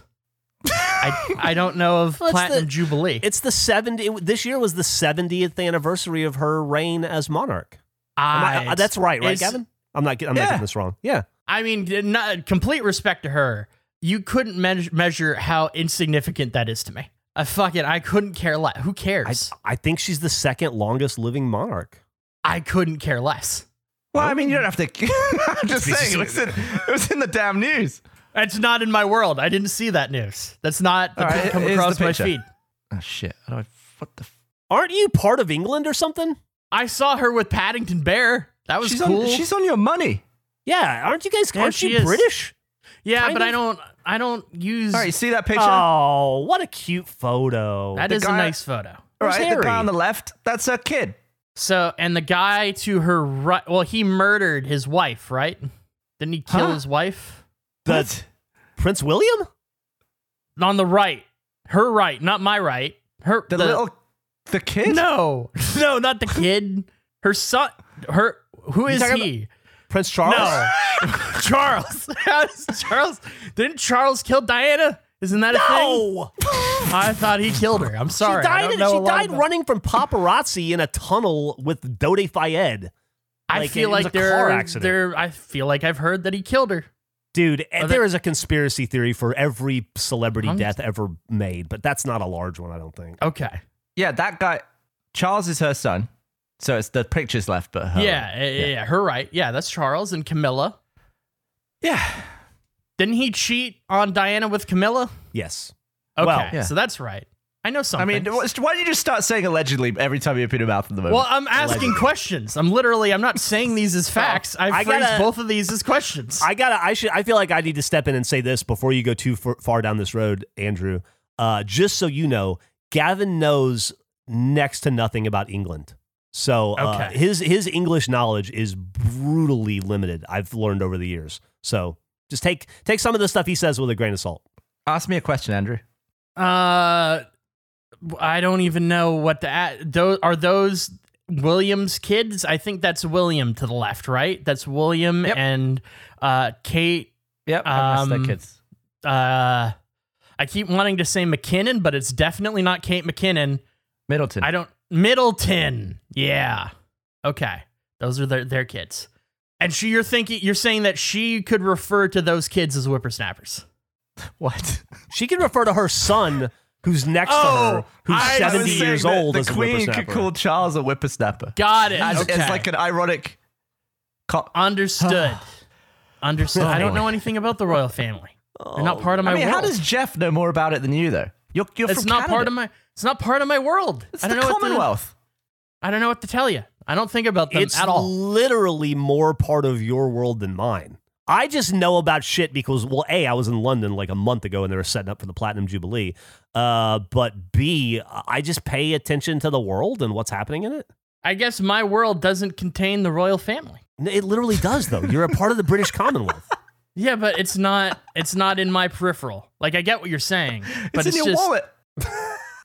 I, I don't know of
[LAUGHS] Well, it's
Platinum
the-
Jubilee.
It's the seventy. It, this year was the seventieth anniversary of her reign as monarch. Am I-
I,
uh, that's right, right,
it's-
Gavin? I'm not. get- I'm not
Yeah.
getting this wrong. Yeah.
I mean, not, complete respect to her. You couldn't meas- measure how insignificant that is to me. I fucking I couldn't care less. Who
I,
cares?
I think she's the second longest living monarch.
I, couldn't care less.
Well, I mean, you don't have to. [LAUGHS] I'm just
Jesus.
saying, it was, in, it was in the damn news.
It's not in my world. I didn't see that news. That's not that
All right,
didn't come
here's
across
the
my
picture.
feed.
Oh shit! How do I- what the? F-
Aren't you part of England or something?
I saw her with Paddington Bear. That was
she's
cool.
on. She's on your money.
Yeah, aren't you guys?
Yeah,
aren't
she
you
is.
British?
yeah,
kind
but I
of-
don't I don't use
All right, you see that picture?
Oh, what a cute photo!
that
the
is a
guy-
nice photo.
All
where's
right, the
Harry?
guy on the left. That's her kid.
So and the guy to her right well, he murdered his wife, right? Didn't he kill
Huh?
his wife?
That's- Prince William?
on the right, her right, not my right. Her
The, little the kid?
no, [LAUGHS] no, not the kid. Her son, her who is
talking
he?
Prince Charles? [LAUGHS]
No, [LAUGHS] Charles. How does Charles didn't Charles kill Diana? Isn't that a thing?
No.
I thought he killed her. I'm sorry.
she
I
died.
don't
in-
know a
She
lot
died
about-
running from paparazzi in a tunnel with Dode Fayed.
I
like,
feel
it was
like
a
there,
car
are-
accident.
there. I feel like I've heard that he killed her.
Dude, eh,
that-
there is a conspiracy theory for every celebrity
I'm-
death ever made, but that's not a large one, I don't think.
Okay.
Yeah, that guy. Charles is her son. So it's the pictures left, but her.
yeah, yeah, yeah, yeah. Her right. Yeah, that's Charles and Camilla.
Yeah.
Didn't he cheat on Diana with Camilla?
Yes.
Okay,
Well-
Yeah.
so that's right. I know something.
I mean, wh- why don't you just start saying allegedly every time you open your mouth at the moment?
Well, I'm asking questions. I'm literally, I'm not saying these as facts. I,
I
phrased
gotta-
both of these as questions.
I gotta. I should. I feel like I need to step in and say this before you go too far, far down this road, Andrew. Uh, just so you know, Gavin knows next to nothing about England. So uh,
Okay.
his his English knowledge is brutally limited. I've learned over the years. So just take take some of the stuff he says with a grain of salt.
Ask me a question, Andrew.
uh, I don't even know what to add. Those are those Williams kids. I think that's William to the left, right? That's William
Yep.
and uh, Kate.
Yep.
I missed their Um,
kids.
Uh, I keep wanting to say McKinnon, but it's definitely not Kate McKinnon.
Middleton.
I don't Middleton. Yeah. Okay. Those are their their kids. And she you're thinking you're saying that she could refer to those kids as whippersnappers.
[LAUGHS] what?
She can refer to her son, who's next
[LAUGHS]
to her, who's
I was
seventy
saying
years
Oh, that
old,
The
as a
Queen could
whippersnapper.
call Charles a whippersnapper.
Got it.
As,
okay.
as like an ironic. Co- [SIGHS]
Understood. Understood. I don't
boy. Oh.
know anything about the royal family. They're not part of my
I mean,
world.
how does Jeff know more about it than you, though? You're, you're
it's
from
not
Canada.
part of my it's not part of my world.
It's
I
the
don't know what to-
Commonwealth.
I don't know what to tell you. I don't think about them
it's
at all.
literally more part of your world than mine. I just know about shit because, well, A, I was in London like a month ago and they were setting up for the Platinum Jubilee. Uh, but B, I just pay attention to the world and what's happening in it.
I guess my world doesn't contain the royal family.
N- It literally does, though. You're a part of the British Commonwealth. [LAUGHS]
Yeah, but it's not it's not in my peripheral. Like I get what you're saying, but
[LAUGHS] it's,
it's,
in your
just
wallet.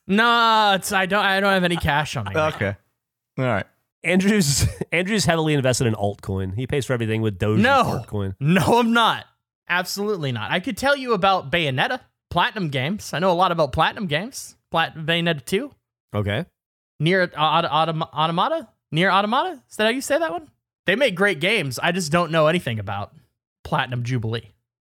no. It's I don't I don't have any cash on me. right
Okay. All right.
Andrew's Andrew's heavily invested in altcoin. He pays for everything with Doge
No.
and Fartcoin.
now. No, I'm not. Absolutely not. I could tell you about Bayonetta, Platinum Games. I know a lot about Platinum Games. Plat- Bayonetta Two,
Okay.
near uh, Auto- Autom- Automata, near Automata. Is that how you say that one? They make great games. I just don't know anything about Platinum Jubilee.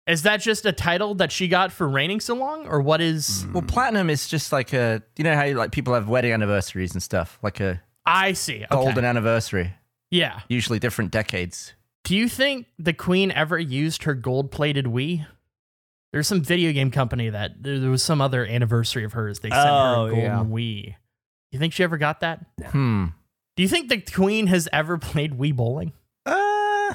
Is that just a title that she got for reigning so long, or what is?
Well, platinum is just like a you know how like people have wedding anniversaries and stuff, like a
I see. Okay.
golden anniversary,
Yeah.
usually different decades.
Do you think the Queen ever used her gold-plated Wii? There's some video game company that there there was some other anniversary of hers. They sent her a
Oh,
golden
yeah.
Wii. You think she ever got that?
Hmm.
Do you think the Queen has ever played Wii bowling?
Uh,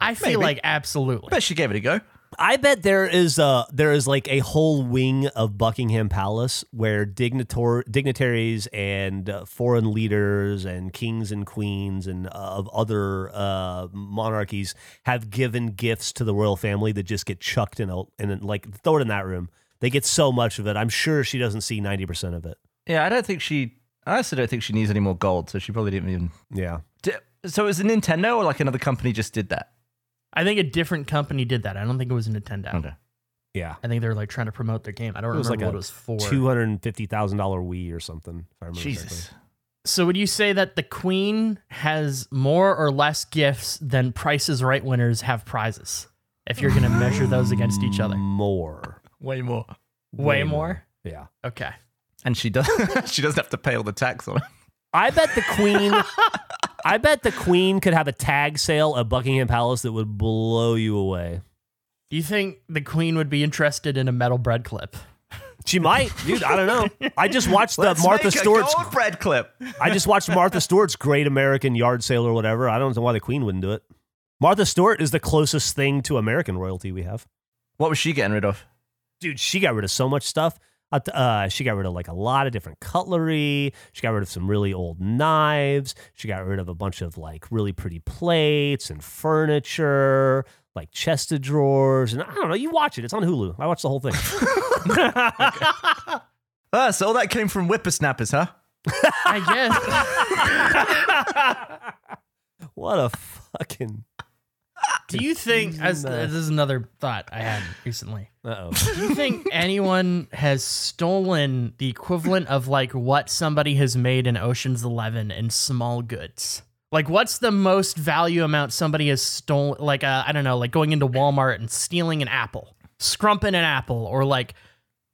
I feel
Maybe.
like absolutely.
bet she gave it a go.
I bet there is a there is like a whole wing of Buckingham Palace where dignitor dignitaries and uh, foreign leaders and kings and queens and uh, of other uh, monarchies have given gifts to the royal family that just get chucked in a and like throw it in that room. They get so much of it. I'm sure she doesn't see ninety percent of it.
Yeah, I don't think she. I also don't think she needs any more gold, so she probably didn't even.
Yeah.
D- So it was Nintendo or like another company just did that.
I think a different company did that. I don't think it was Nintendo.
Okay.
Yeah.
I think they were like trying to promote their game. I don't
It was
remember
like
what
a
it was for.
Two hundred and fifty thousand dollar Wii or something. If I remember
Jesus.
So would you say that the Queen has more or less gifts than Price's Right winners have prizes? If you're going to measure those against each
correctly.
other,
more.
Way more.
way more.
Yeah.
Okay.
And she does. [LAUGHS] she doesn't have to pay all the tax on it.
I bet the [LAUGHS] queen. I bet the queen could have a tag sale at Buckingham Palace that would blow you away.
Do you think the Queen would be interested in a metal bread clip?
She might, dude. I don't know. I just watched the
Let's
Martha
make a
Stewart's.
gold bread clip.
I just watched Martha Stewart's Great American Yard Sale or whatever. I don't know why the queen wouldn't do it. Martha Stewart is the closest thing to American royalty we have.
What was she getting rid of?
dude, she got rid of so much stuff. Uh, t- Uh, she got rid of like a lot of different cutlery. She got rid of some really old knives. She got rid of a bunch of like really pretty plates and furniture, like chest of drawers. And I don't know. You watch it. It's on Hulu. I watched the whole thing.
Ah, so all that came from whippersnappers, huh?
I guess.
what a fucking.
Do you think, as this is another thought I had recently,
Uh oh.
do you think [LAUGHS] anyone has stolen the equivalent of like what somebody has made in Ocean's 11 in small goods? Like what's the most value amount somebody has stolen like uh, I don't know, like going into Walmart and stealing an apple, scrumping an apple or like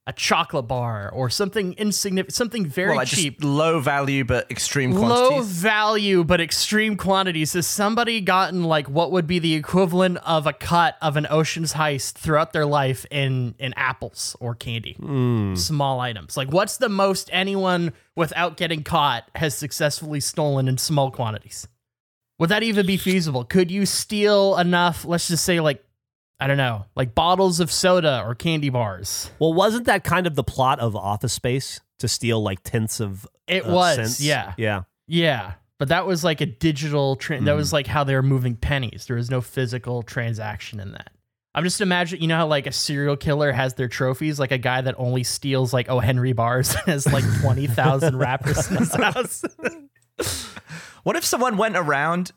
a chocolate bar or something insignificant something very
well, like
cheap.
just low value but extreme
Low
quantities.
value but extreme quantities. Has somebody gotten like what would be the equivalent of a cut of an Ocean's Heist throughout their life in in apples or candy, small items? Like, what's the most anyone without getting caught has successfully stolen in small quantities? Would that even be feasible? Could you steal enough? Let's just say like. I don't know, like bottles of soda or candy bars.
Well, wasn't that kind of the plot of Office Space to steal like tenths of?
It
uh,
was,
cents?
yeah.
Yeah. [LAUGHS]
Yeah, but that was like a digital. Tra- That was like how they were moving pennies. There was no physical transaction in that. I'm just imagining, you know how like a serial killer has their trophies, like a guy that only steals like Oh Henry bars [LAUGHS] and has like twenty thousand rappers in his house.
What if someone went around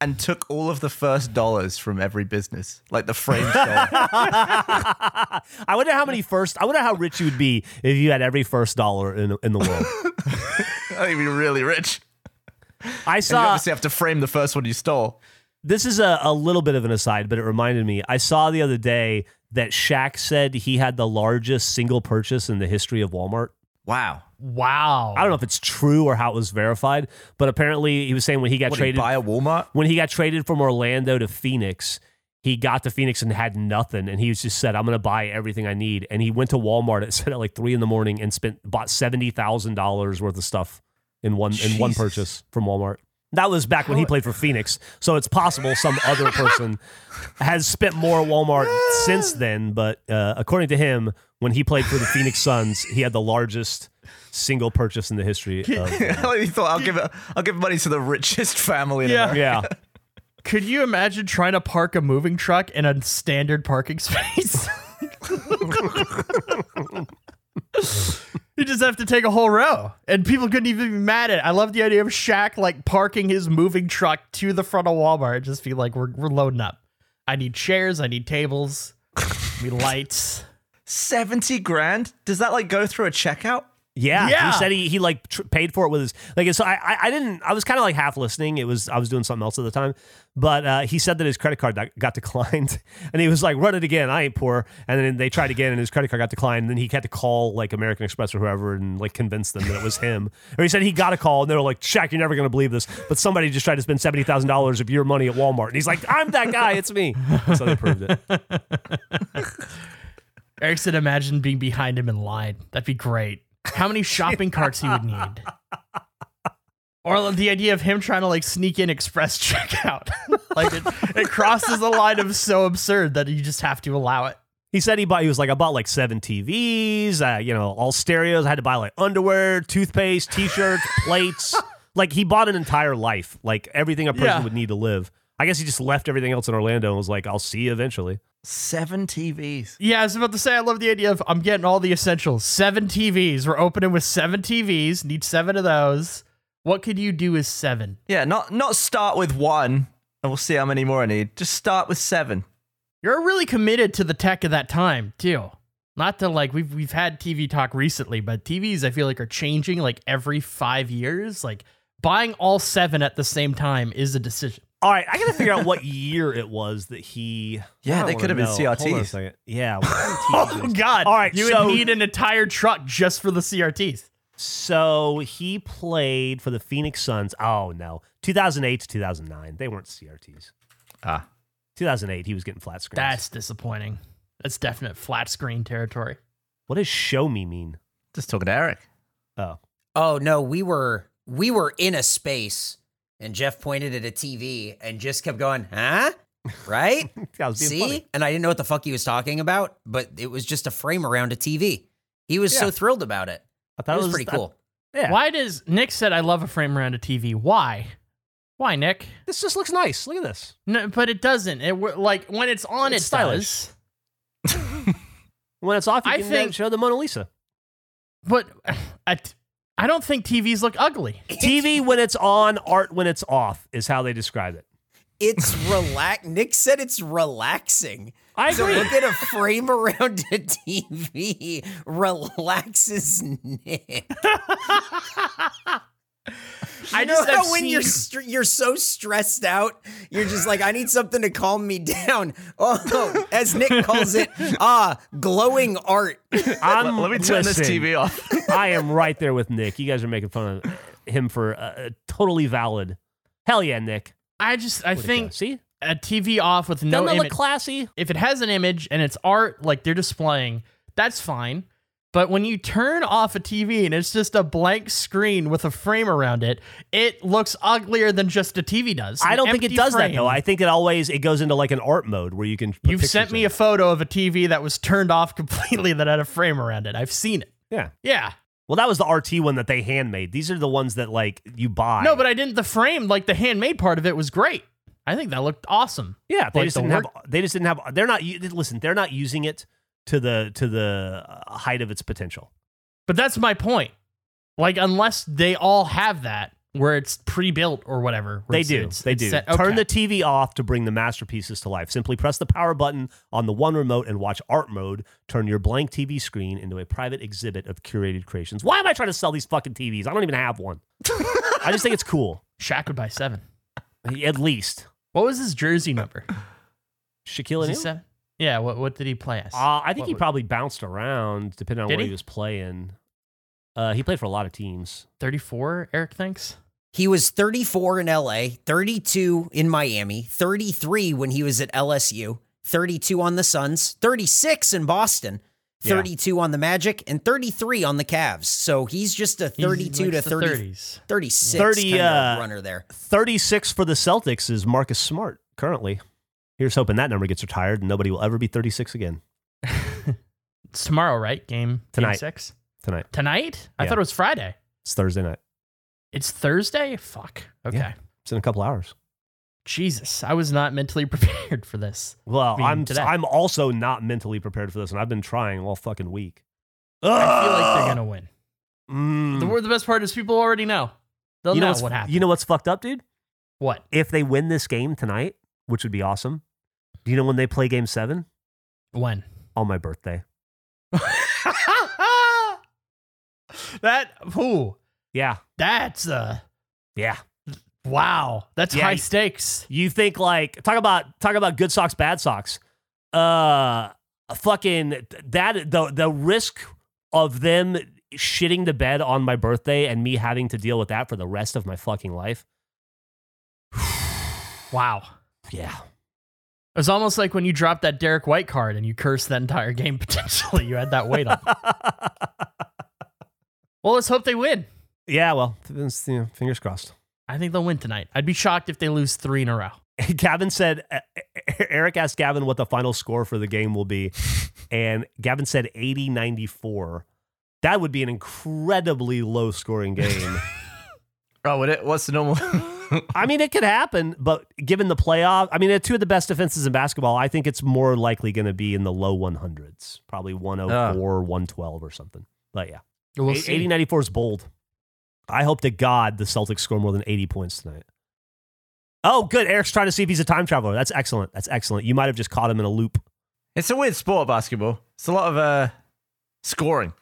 and took all of the first dollars from every business, like the [LAUGHS] framed dollar?
I wonder how many first. I wonder how rich you would be if you had every first dollar in in the world.
I think we'd be really rich.
I
And you
saw
obviously have to frame the first one you stole.
this is a, a little bit of an aside, but it reminded me. I saw the other day that Shaq said he had the largest single purchase in the history of Walmart.
Wow.
Wow,
I don't know if it's true or how it was verified, but apparently he was saying when he got
What, did
traded
you buy a [LAUGHS] Walmart?
when he got traded from Orlando to Phoenix, he got to Phoenix and had nothing, and he was just said, "I'm going to buy everything I need." And he went to Walmart at [LAUGHS] said at like three in the morning and spent bought seventy thousand dollars worth of stuff in one in one
Jesus.
purchase from Walmart. That was back when he played for Phoenix, so it's possible some other person has spent more at Walmart since then. But uh, according to him, when he played for the Phoenix Suns, he had the largest single purchase in the history. Of,
like you thought I'll give it, I'll give money to the richest family in
Yeah.
America.
yeah.
Could you imagine trying to park a moving truck in a standard parking [LAUGHS] space? you just have to take a whole row, and people couldn't even be mad at. it. I love the idea of Shaq like parking his moving truck to the front of Walmart and just be like, "We're we're loading up. I need chairs. I need tables. We lights."
Seventy grand? Does that like go through a checkout?
Yeah,
Yeah.
he said he he like tr- paid for it with his like. So I I, I didn't. I was kind of like half listening. It was I was doing something else at the time, but uh, he said that his credit card got- got declined, [LAUGHS] and he was like, "Run it again. I ain't poor." And then they tried again, and his credit card got declined. And then he had to call like American Express or whoever and like convince them that it was him. [LAUGHS] Or he said he got a call, and they were like, "Shaq, you're never gonna believe this, but somebody just tried to spend seventy thousand dollars of your money at Walmart." And he's like, "I'm that guy. It's me." [LAUGHS] So they proved it.
Eric said, imagine being behind him in line. That'd be great. How many shopping carts he would need. Or the idea of him trying to like sneak in express [LAUGHS] checkout. like it, it crosses the line of so absurd that you just have to allow it.
He said he bought. He was like, I bought like seven TVs. Uh, you know, all stereos. I had to buy like underwear, toothpaste,
[LAUGHS]
T-shirts, plates. Like he bought an entire life, like everything a person
Yeah.
would need to live. I guess he just left everything else in Orlando and was like, I'll see you eventually.
Seven TVs.
Yeah, I was about to say, I love the idea of I'm getting all the essentials. Seven TVs. We're opening with seven TVs. Need seven of those. What could you do with seven?
Yeah, not not start with one, and we'll see how many more I need. Just start with seven.
You're really committed to the tech of that time, too. Not to like we've we've had TV talk recently, but TVs I feel like are changing like every five years. Like buying all seven at the same time is a decision.
All right, I gotta figure out what year it was
[LAUGHS]
that he.
Yeah,
I
they
wanna
could have been
know. Hold on a
CRTs.
second. Yeah. what CRTs is-
Oh, God!
All right,
you
so-
would need an entire truck just for the CRTs.
So he played for the Phoenix Suns. Oh no, 2008 to 2009. They weren't CRTs.
Ah.
2008, he was getting flat screens.
That's disappointing. That's definite flat screen territory.
what does show me mean? [LAUGHS]
Just talking to Eric.
Oh.
Oh no, we were we were in a space, and Jeff pointed at a TV and just kept going, huh? Right?
I was being
See?
funny.
And I didn't know what the fuck he was talking about, but it was just a frame around a TV. He was so
Yeah.
thrilled about it.
I thought
That was, pretty cool.
yeah.
Why does Nick said I love a frame around a TV? Why? Why Nick?
This just looks nice. Look at this.
No, but it doesn't. It w- like when it's on,
It's
it
stylish.
does.
When it's off, you
I
can uh,
think-
show the Mona
[LAUGHS]
Lisa.
But [SIGHS] I, t- I don't think TVs look ugly.
TV when it's on, art when it's off is how they describe it.
It's relax. Nick said it's relaxing.
I
So
agree.
look at a frame around a TV relaxes Nick.
I
You know
just have
how when you're
seen-
str- you're so stressed out, you're just like, I need something to calm me down. [LAUGHS] Oh, as Nick calls it, ah, glowing art.
I'm,
Let me turn
listen,
this TV off.
[LAUGHS] I am right there with Nick. You guys are making fun of him for uh, totally valid. Hell yeah, Nick.
I just I
Where'd it go?
think
See,
a TV off with no
doesn't it
image.
look classy?
if it has an image and it's art like they're displaying, that's fine. But when you turn off a TV and it's just a blank screen with a frame around it, it looks uglier than just a TV does.
I
An
don't think it
empty
does that
frame.
though. I think it always it goes into like an art mode where you can. put
You've sent
pictures
me
in.
a photo of a TV that was turned off [LAUGHS] completely that had a frame around it. I've seen it.
yeah.
Yeah.
Well, that was the RT one that they handmade. These are the ones that like you buy.
No, but I didn't. The frame, like the handmade part of it, was great. I think that looked awesome.
Yeah, they
Like
just
the
didn't have. They just didn't have. They're not. u- Listen, they're not using it to the to the uh, height of its potential.
But that's my point. Like, unless they all have that, where it's pre-built or whatever. where
They
it's-
do.
it's-
they
it's
do.
set-
Turn
okay.
the TV off to bring the masterpieces to life. Simply press the power button on the one remote and watch art mode. Turn your blank TV screen into a private exhibit of curated creations. Why am I trying to sell these fucking TVs? I don't even have one. I just think it's cool. [LAUGHS]
Shaq would buy seven.
At least
What was his jersey number?
Shaquille
Was he
O'Neal.
seven? Yeah. What What did he play as?
Uh, I think
What
he
was-
probably bounced around depending on
Did
where he?
he?
was playing. Uh, he played for a lot of teams.
Thirty-four. Eric thinks.
He was 34 in LA, 32 in Miami, 33 when he was at LSU, 32 on the Suns, 36 in Boston,
Yeah.
32 on the Magic, and 33 on the Cavs. So he's just a
He's
32
like
to
the
30,
30s.
36
30,
kind of
uh,
runner there.
36 for the Celtics is Marcus Smart currently. Here's hoping that number gets retired and nobody will ever be 36 again
It's tomorrow, right? Game game
Tonight.
six
tonight.
tonight. I
Yeah.
thought it was Friday.
It's Thursday night.
It's Thursday. Fuck. Okay.
Yeah. It's in a couple hours.
Jesus, I was not mentally [LAUGHS] prepared for this.
Well,
Being
I'm
today.
I'm also not mentally prepared for this, and I've been trying all fucking week.
I feel like they're gonna win.
Mm.
The, wor- the best part is people already know. They'll
you know
know
what's-
what happened.
You know what's fucked up, dude?
what?
If they win this game tonight, which would be awesome, do you know when they play game seven?
When?
On my birthday.
[LAUGHS] that ooh,
Yeah.
that's uh
Yeah.
wow. That's
Yeah,
high
you-
stakes.
You think like talk about talk about good socks, bad socks. Uh fucking that the the risk of them shitting the bed on my birthday and me having to deal with that for the rest of my fucking life.
Wow.
Yeah.
It was almost like when you dropped that Derek White card and you cursed that entire game [LAUGHS] potentially. You had that weight
[LAUGHS]
on. well, let's hope they win.
Yeah, well, it's, you know, fingers crossed. [LAUGHS]
I think they'll win tonight. I'd be shocked if they lose three in a row.
Gavin said uh, Eric asked Gavin what the final score for the game will be and Gavin said 80-94. That would be an incredibly low scoring game.
[LAUGHS] Oh, would it? What's the [LAUGHS] normal?
I mean, it could happen, but given the playoff, I mean, they're two of the best defenses in basketball. I think it's more likely going to be in the low 100s, probably 104, 112 or something. But yeah,
Ah. We'll
eighty ninety
see.
four 80 94 is bold. I hope to God the Celtics score more than 80 points tonight. Oh, good. Eric's trying to see if he's a time traveler. That's excellent. That's excellent. You might have just caught him in a loop.
it's a weird sport, basketball. It's a lot of uh, scoring.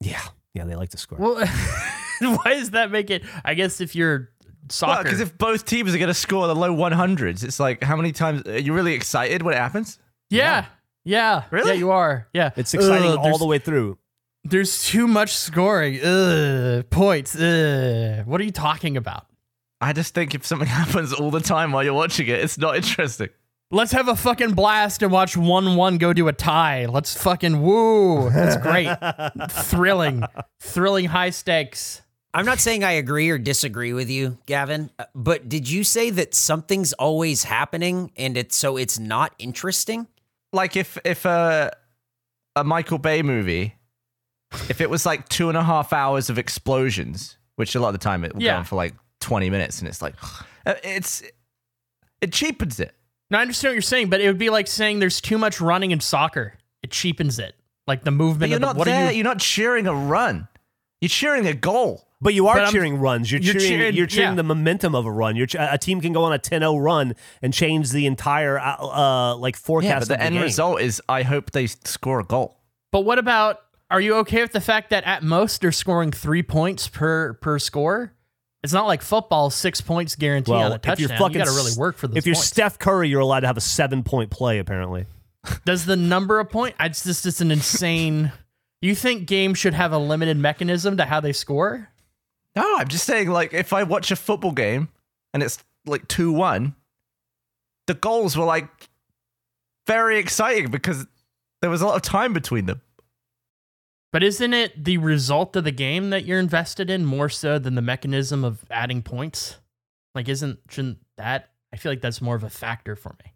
Yeah. Yeah, they like to score.
Well, [LAUGHS] why does that make it? I guess if you're soccer,
because if both teams are going to score the low 100s, it's like how many times are you really excited when it happens?
yeah, yeah,
Really?
yeah, you are. Yeah,
it's exciting
Ugh,
all
Uh, there's-
the way through.
There's too much scoring. Ugh, points. Ugh. What are you talking about?
I just think if something [LAUGHS] happens all the time while you're watching it, it's not interesting.
Let's have a fucking blast and watch 1 1 go to a tie. Let's fucking woo. That's
[LAUGHS]
great. Thrilling. Thrilling high stakes.
I'm not saying I agree or disagree with you, Gavin, uh, but did you say that something's always happening and it's so it's not interesting?
Like if if a a Michael Bay movie, if it was like two and a half hours of explosions, which a lot of the time it will
Yeah.
go on for like 20 minutes, and it's like uh, it's it cheapens it.
Now, I understand what you're saying, but it would be like saying there's too much running in soccer. It cheapens it. Like the
But
movement
you're
of the.
not
what
there.
are you?
you're not cheering a run. You're cheering a goal.
But you are
But I'm-
cheering runs. You're,
You're
cheering,
cheering-
You're cheering
yeah.
the momentum of a run. You're ch- a team can go on a 10-0 run and change the entire uh, uh, like forecast.
Yeah, but
of
the end
game.
result is I hope they score a goal.
But what about. Are you okay with the fact that at most they're scoring three points per per score? It's not like football, six points guaranteed on
Well,
a
if
touchdown.
you're
You
fucking,
got to
s-
really work for those
If you're
points.
Steph Curry, you're allowed to have a seven-point play. Apparently,
Does the number of point? It's just it's an insane. You think games should have a limited mechanism to how they score?
No, I'm just saying, like, if I watch a football game and it's like 2 1, the goals were like very exciting because there was a lot of time between them.
But isn't it the result of the game that you're invested in more so than the mechanism of adding points? Like, isn't shouldn't that? I feel like that's more of a factor for me.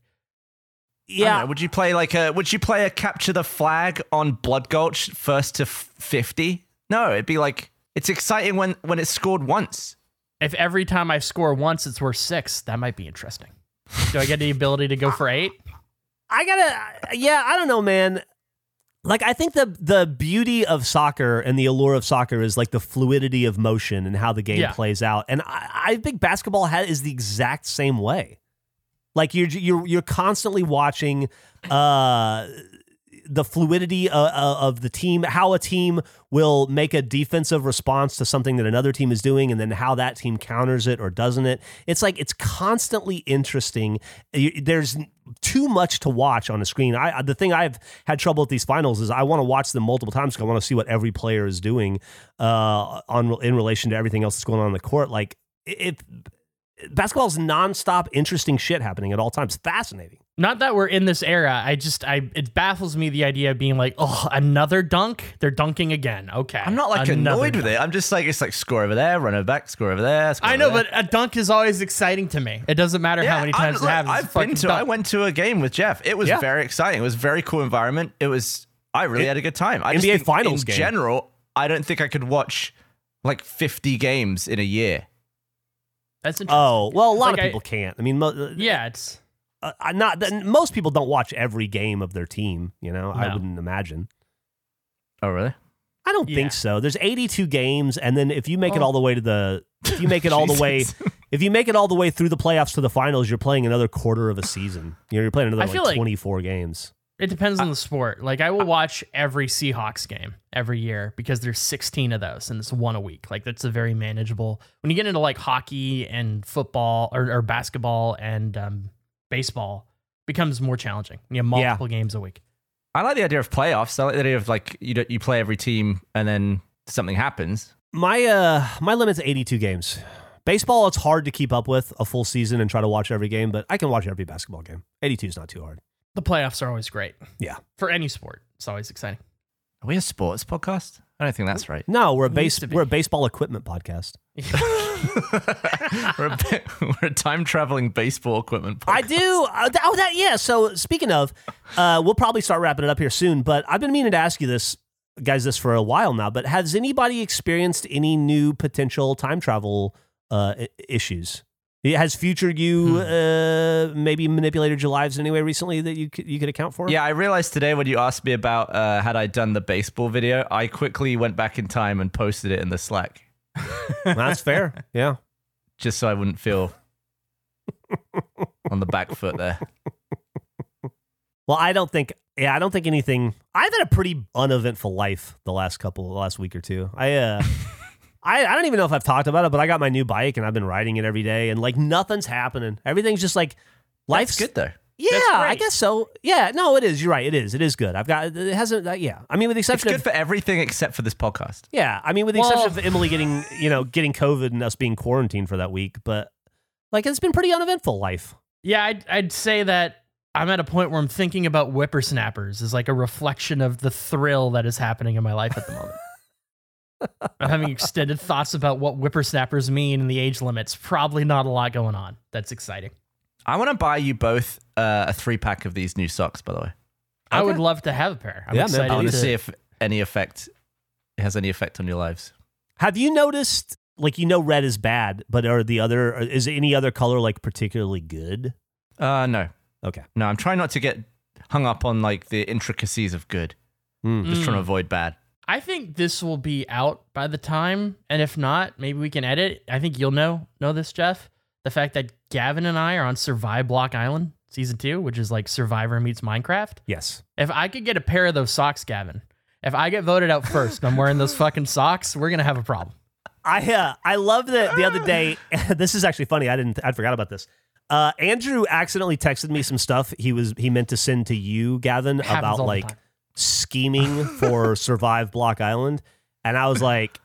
I don't know, would you play like a, would you play a capture the flag on Blood Gulch first to f- 50? No, it'd be like, it's exciting when, when it's scored once.
If every time I score once, it's worth six, that might be interesting. Do I get the ability to go for eight?
I gotta. Yeah, I don't know, man. Like I think the the beauty of soccer and the allure of soccer is like the fluidity of motion and how the game
Yeah.
plays out. And I, I think basketball ha- is the exact same way. Like you're you're you're constantly watching uh, the fluidity of, of the team, how a team will make a defensive response to something that another team is doing, and then how that team counters it or doesn't it. It's like it's constantly interesting. You- There's too much to watch on a screen. I the thing I've had trouble with these finals is I want to watch them multiple times because I want to see what every player is doing uh, on in relation to everything else that's going on in the court. Like if basketball's nonstop interesting shit happening at all times, fascinating.
Not that we're in this era. I just I it baffles me the idea of being like, oh, another dunk. They're dunking again. Okay,
I'm not like
another
annoyed
dunk.
with it. I'm just like, it's like score over there, run over back, score over there. Score
I
over
know,
there.
but a dunk is always exciting to me. It doesn't matter how many times it
like,
happens.
I've
it's fucking
been to.
dunk.
I went to a game with Jeff. It was
Yeah.
very exciting. It was a very cool environment. It was. I really had a good time. I just
NBA
think
Finals
in
game.
general. I don't think I could watch like 50 games in a year.
That's interesting.
Oh well, a lot
Like,
of
I-
people can't. I mean, mo-
yeah, it's
uh, uh, not th- most people don't watch every game of their team. You know, I
No.
wouldn't imagine.
Oh really?
I don't
Yeah.
think so. There's 82 games, and then if you make it
Oh.
all the way to the, if you make it all
[LAUGHS]
the way,
Jesus.
if you make it all the way through the playoffs to the finals, you're playing another quarter of a season. You know, you're playing another
I
like,
feel like-
24 games.
It depends on the sport. Like I will watch every Seahawks game every year because there's 16 of those and it's one a week. Like that's a very manageable. When you get into like hockey and football or, or basketball and um, baseball, it becomes more challenging. You have
Yeah.
multiple games a week.
I like the idea of playoffs. I like the idea of like you don't- you play every team and then something happens.
My uh my limit's 82 games. Baseball it's hard to keep up with a full season and try to watch every game, but I can watch every basketball game. 82 is not too hard.
The playoffs are always great.
Yeah.
For any sport, it's always exciting.
Are we a sports podcast? I don't think that's right.
No, we're a
Used
base
to be.
we're a baseball equipment podcast.
we're, a, [LAUGHS] we're a time traveling baseball equipment.
I
podcast.
do. Uh, th- oh, that yeah. So speaking of, uh, we'll probably start wrapping it up here soon. But I've been meaning to ask you this, guys, this for a while now. But has anybody experienced any new potential time travel uh, i- issues? Yeah, Has future you uh, maybe manipulated your lives in any way recently that you could, you could account for?
Yeah, I realized today when you asked me about uh, had I done the baseball video, I quickly went back in time and posted it in the Slack
that's fair. Yeah.
just so I wouldn't
[LAUGHS]
feel on the back foot there.
Well, I don't think. Yeah, I don't think anything. I've had a pretty uneventful life the last couple, the last week or two.
[LAUGHS]
I, uh, I, I don't even know if I've talked about it, but I got my new bike and I've been riding it every day, and like nothing's happening. Everything's just like life's
That's good though.
Yeah,
That's
I
great.
guess so. Yeah, no, it is. You're right. It is. It is good. I've got. It hasn't. Uh, yeah, I mean, with the
It's
exception
good
of.
for everything except for this podcast.
Yeah, I mean, with the
Well-
exception of Emily getting, you know, getting COVID and us being quarantined for that week, but like it's been pretty uneventful life.
Yeah, I'd, I'd say that I'm at a point where I'm thinking about whippersnappers as like a reflection of the thrill that is happening in my life at the moment. I'm having extended thoughts about what whippersnappers mean and the age limits. Probably not a lot going on. That's exciting.
I want to buy you both uh, a three pack of these new socks, by the way.
I would love to have a pair. I'm
Yeah, man,
excited
I want
to
to see if any effect it has any effect on your lives.
Have you noticed, like, you know, red is bad, but are the other, is any other color like particularly good?
Uh, no,
Okay.
no. I'm trying not to get hung up on like the intricacies of good.
Hmm.
Just trying to avoid bad.
I think this will be out by the time, and if not, maybe we can edit. I think you'll know know this, Jeff. The fact that Gavin and I are on Survive Block Island season two, which is like Survivor meets Minecraft.
Yes.
If I could get a pair of those socks, Gavin. If I get voted out first, and I'm wearing those fucking socks. We're gonna have a problem.
I, uh, I love that the other day, [LAUGHS] this is actually funny. I didn't, I forgot about this. Uh, Andrew accidentally texted me some stuff he was, he meant to send to you, Gavin,
Happens all
about
the
like
time.
scheming for Survive Block Island. And I was like,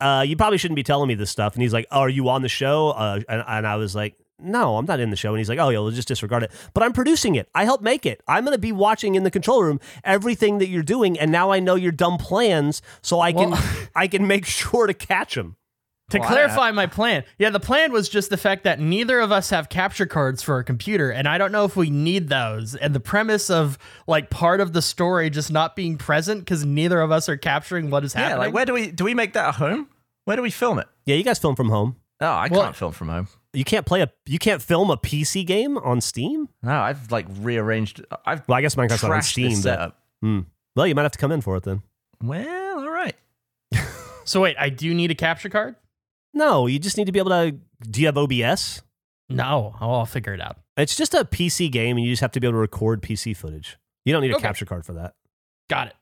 uh, you probably shouldn't be telling me this stuff. And he's like, oh, are you on the show? Uh, and, and I was like, no, I'm not in the show. And he's like, oh, yeah, we'll just disregard it. But I'm producing it. I helped make it. I'm going to be watching in the control room everything that you're doing. And now I know your dumb plans. So I can,
Well-
[LAUGHS] I can make sure to catch them.
To
Well, I-
clarify my plan, yeah, the plan was just the fact that neither of us have capture cards for our computer, and I don't know if we need those. And the premise of like part of the story just not being present because neither of us are capturing what is
Yeah,
happening.
like where do we do we make that at home? Where do we film it?
Yeah, you guys film from home.
Oh, I
Well-
can't film from home.
You can't play a, you can't film a PC game on Steam.
No, I've like rearranged. I've
Well, I guess Minecraft's not on
trashed
Steam.
this
But,
setup.
Hmm. Well, you might have to come in for it then.
Well, all right.
so wait, I do need a capture card?
No, you just need to be able to. Do you have OBS?
No, oh, I'll figure it out.
It's just a PC game, and you just have to be able to record PC footage. You don't need a
Okay.
capture card for that.
Got it.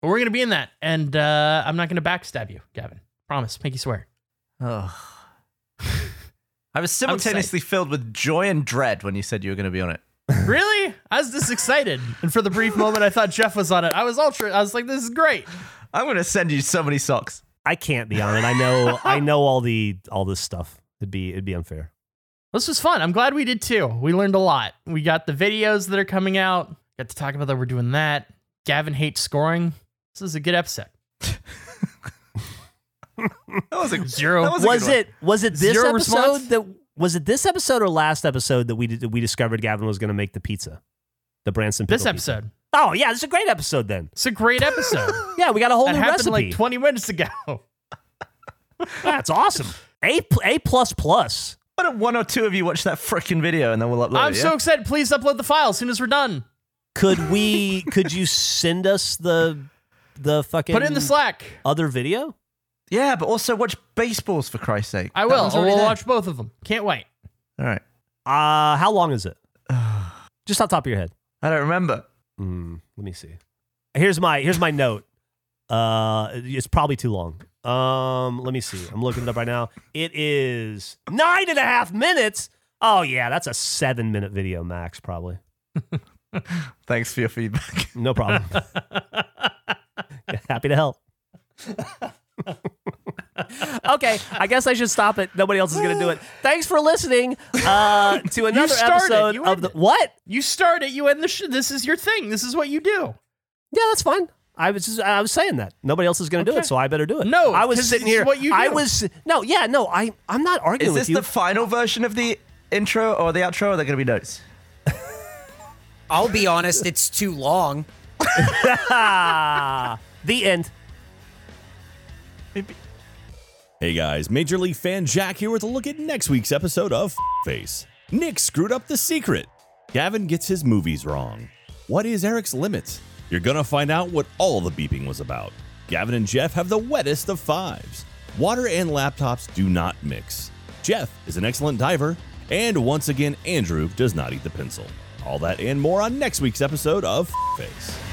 But we're gonna be in that, and uh, I'm not gonna backstab you, Gavin. Promise, make you swear.
[LAUGHS] Oh. I was simultaneously filled with joy and dread when you said you were going to be on it.
really? I was this excited, and for the brief moment I thought Jeff was on it, I was ultra. I was like, this is great.
I'm going to send you so many socks.
I can't be on it. I know.
[LAUGHS]
I know all the all this stuff. It'd be it'd be unfair.
This was fun. I'm glad we did too. We learned a lot. We got the videos that are coming out. Got to talk about that. We're doing that. Gavin hates scoring. This is a good episode.
That was a
Zero.
That was a
Was
good
it was it this
Zero
episode
response?
that was it this episode or last episode that we did, that we discovered Gavin was going to make the pizza, the Branson
This
pickle
episode.
Pizza. Oh yeah, this is a great episode then.
It's a great
[LAUGHS]
episode.
Yeah, we got a whole
that
new
happened
recipe.
like 20 minutes ago.
That's awesome. A pl- a plus plus.
Why don't one or two of you watch that freaking video and then we'll upload
I'm
it?
so
yeah?
excited. Please upload the file as soon as we're done.
Could we? could you send us the the fucking
Put it in the Slack.
other video?
Yeah, but also watch baseballs for Christ's sake.
I
That
will.
one's
I
already
will
there.
watch both of them. Can't wait.
All right.
[SIGHS] Uh, how long is it? Just off the top of your head.
I don't remember.
Mm, let me see. Here's my here's my note. Uh, it's probably too long. Um, let me see. I'm looking it up right now. It is nine and a half minutes. Oh yeah, that's a seven minute video max probably.
Thanks for your feedback. [LAUGHS]
No [LAUGHS] problem. Happy to help. [LAUGHS] okay, I guess I should stop it. Nobody else is going to do it. Thanks for listening uh, [LAUGHS] to another
started.
episode
You
of the
ended.
what?
You start it, you end the sh- This is your thing. This is what you do.
Yeah, that's fine. I was just, I was saying that nobody else is going to do it,
Okay.
so I better do it.
No,
I was
'cause
sitting
it's
here.
what you
I
do.
was no, yeah, no. I I'm not arguing
Is
with
this
you.
the final version of the intro or the outro? Or are there going to be notes?
I'll be honest, it's too long.
[LAUGHS] the end.
Hey guys, Major League fan Jack here with a look at next week's episode of Face. Nick screwed up the secret. Gavin gets his movies wrong. What is Eric's limit? You're gonna find out what all the beeping was about. Gavin and Jeff have the wettest of fives. Water and laptops do not mix. Jeff is an excellent diver, and once again, Andrew does not eat the pencil. All that and more on next week's episode of Face.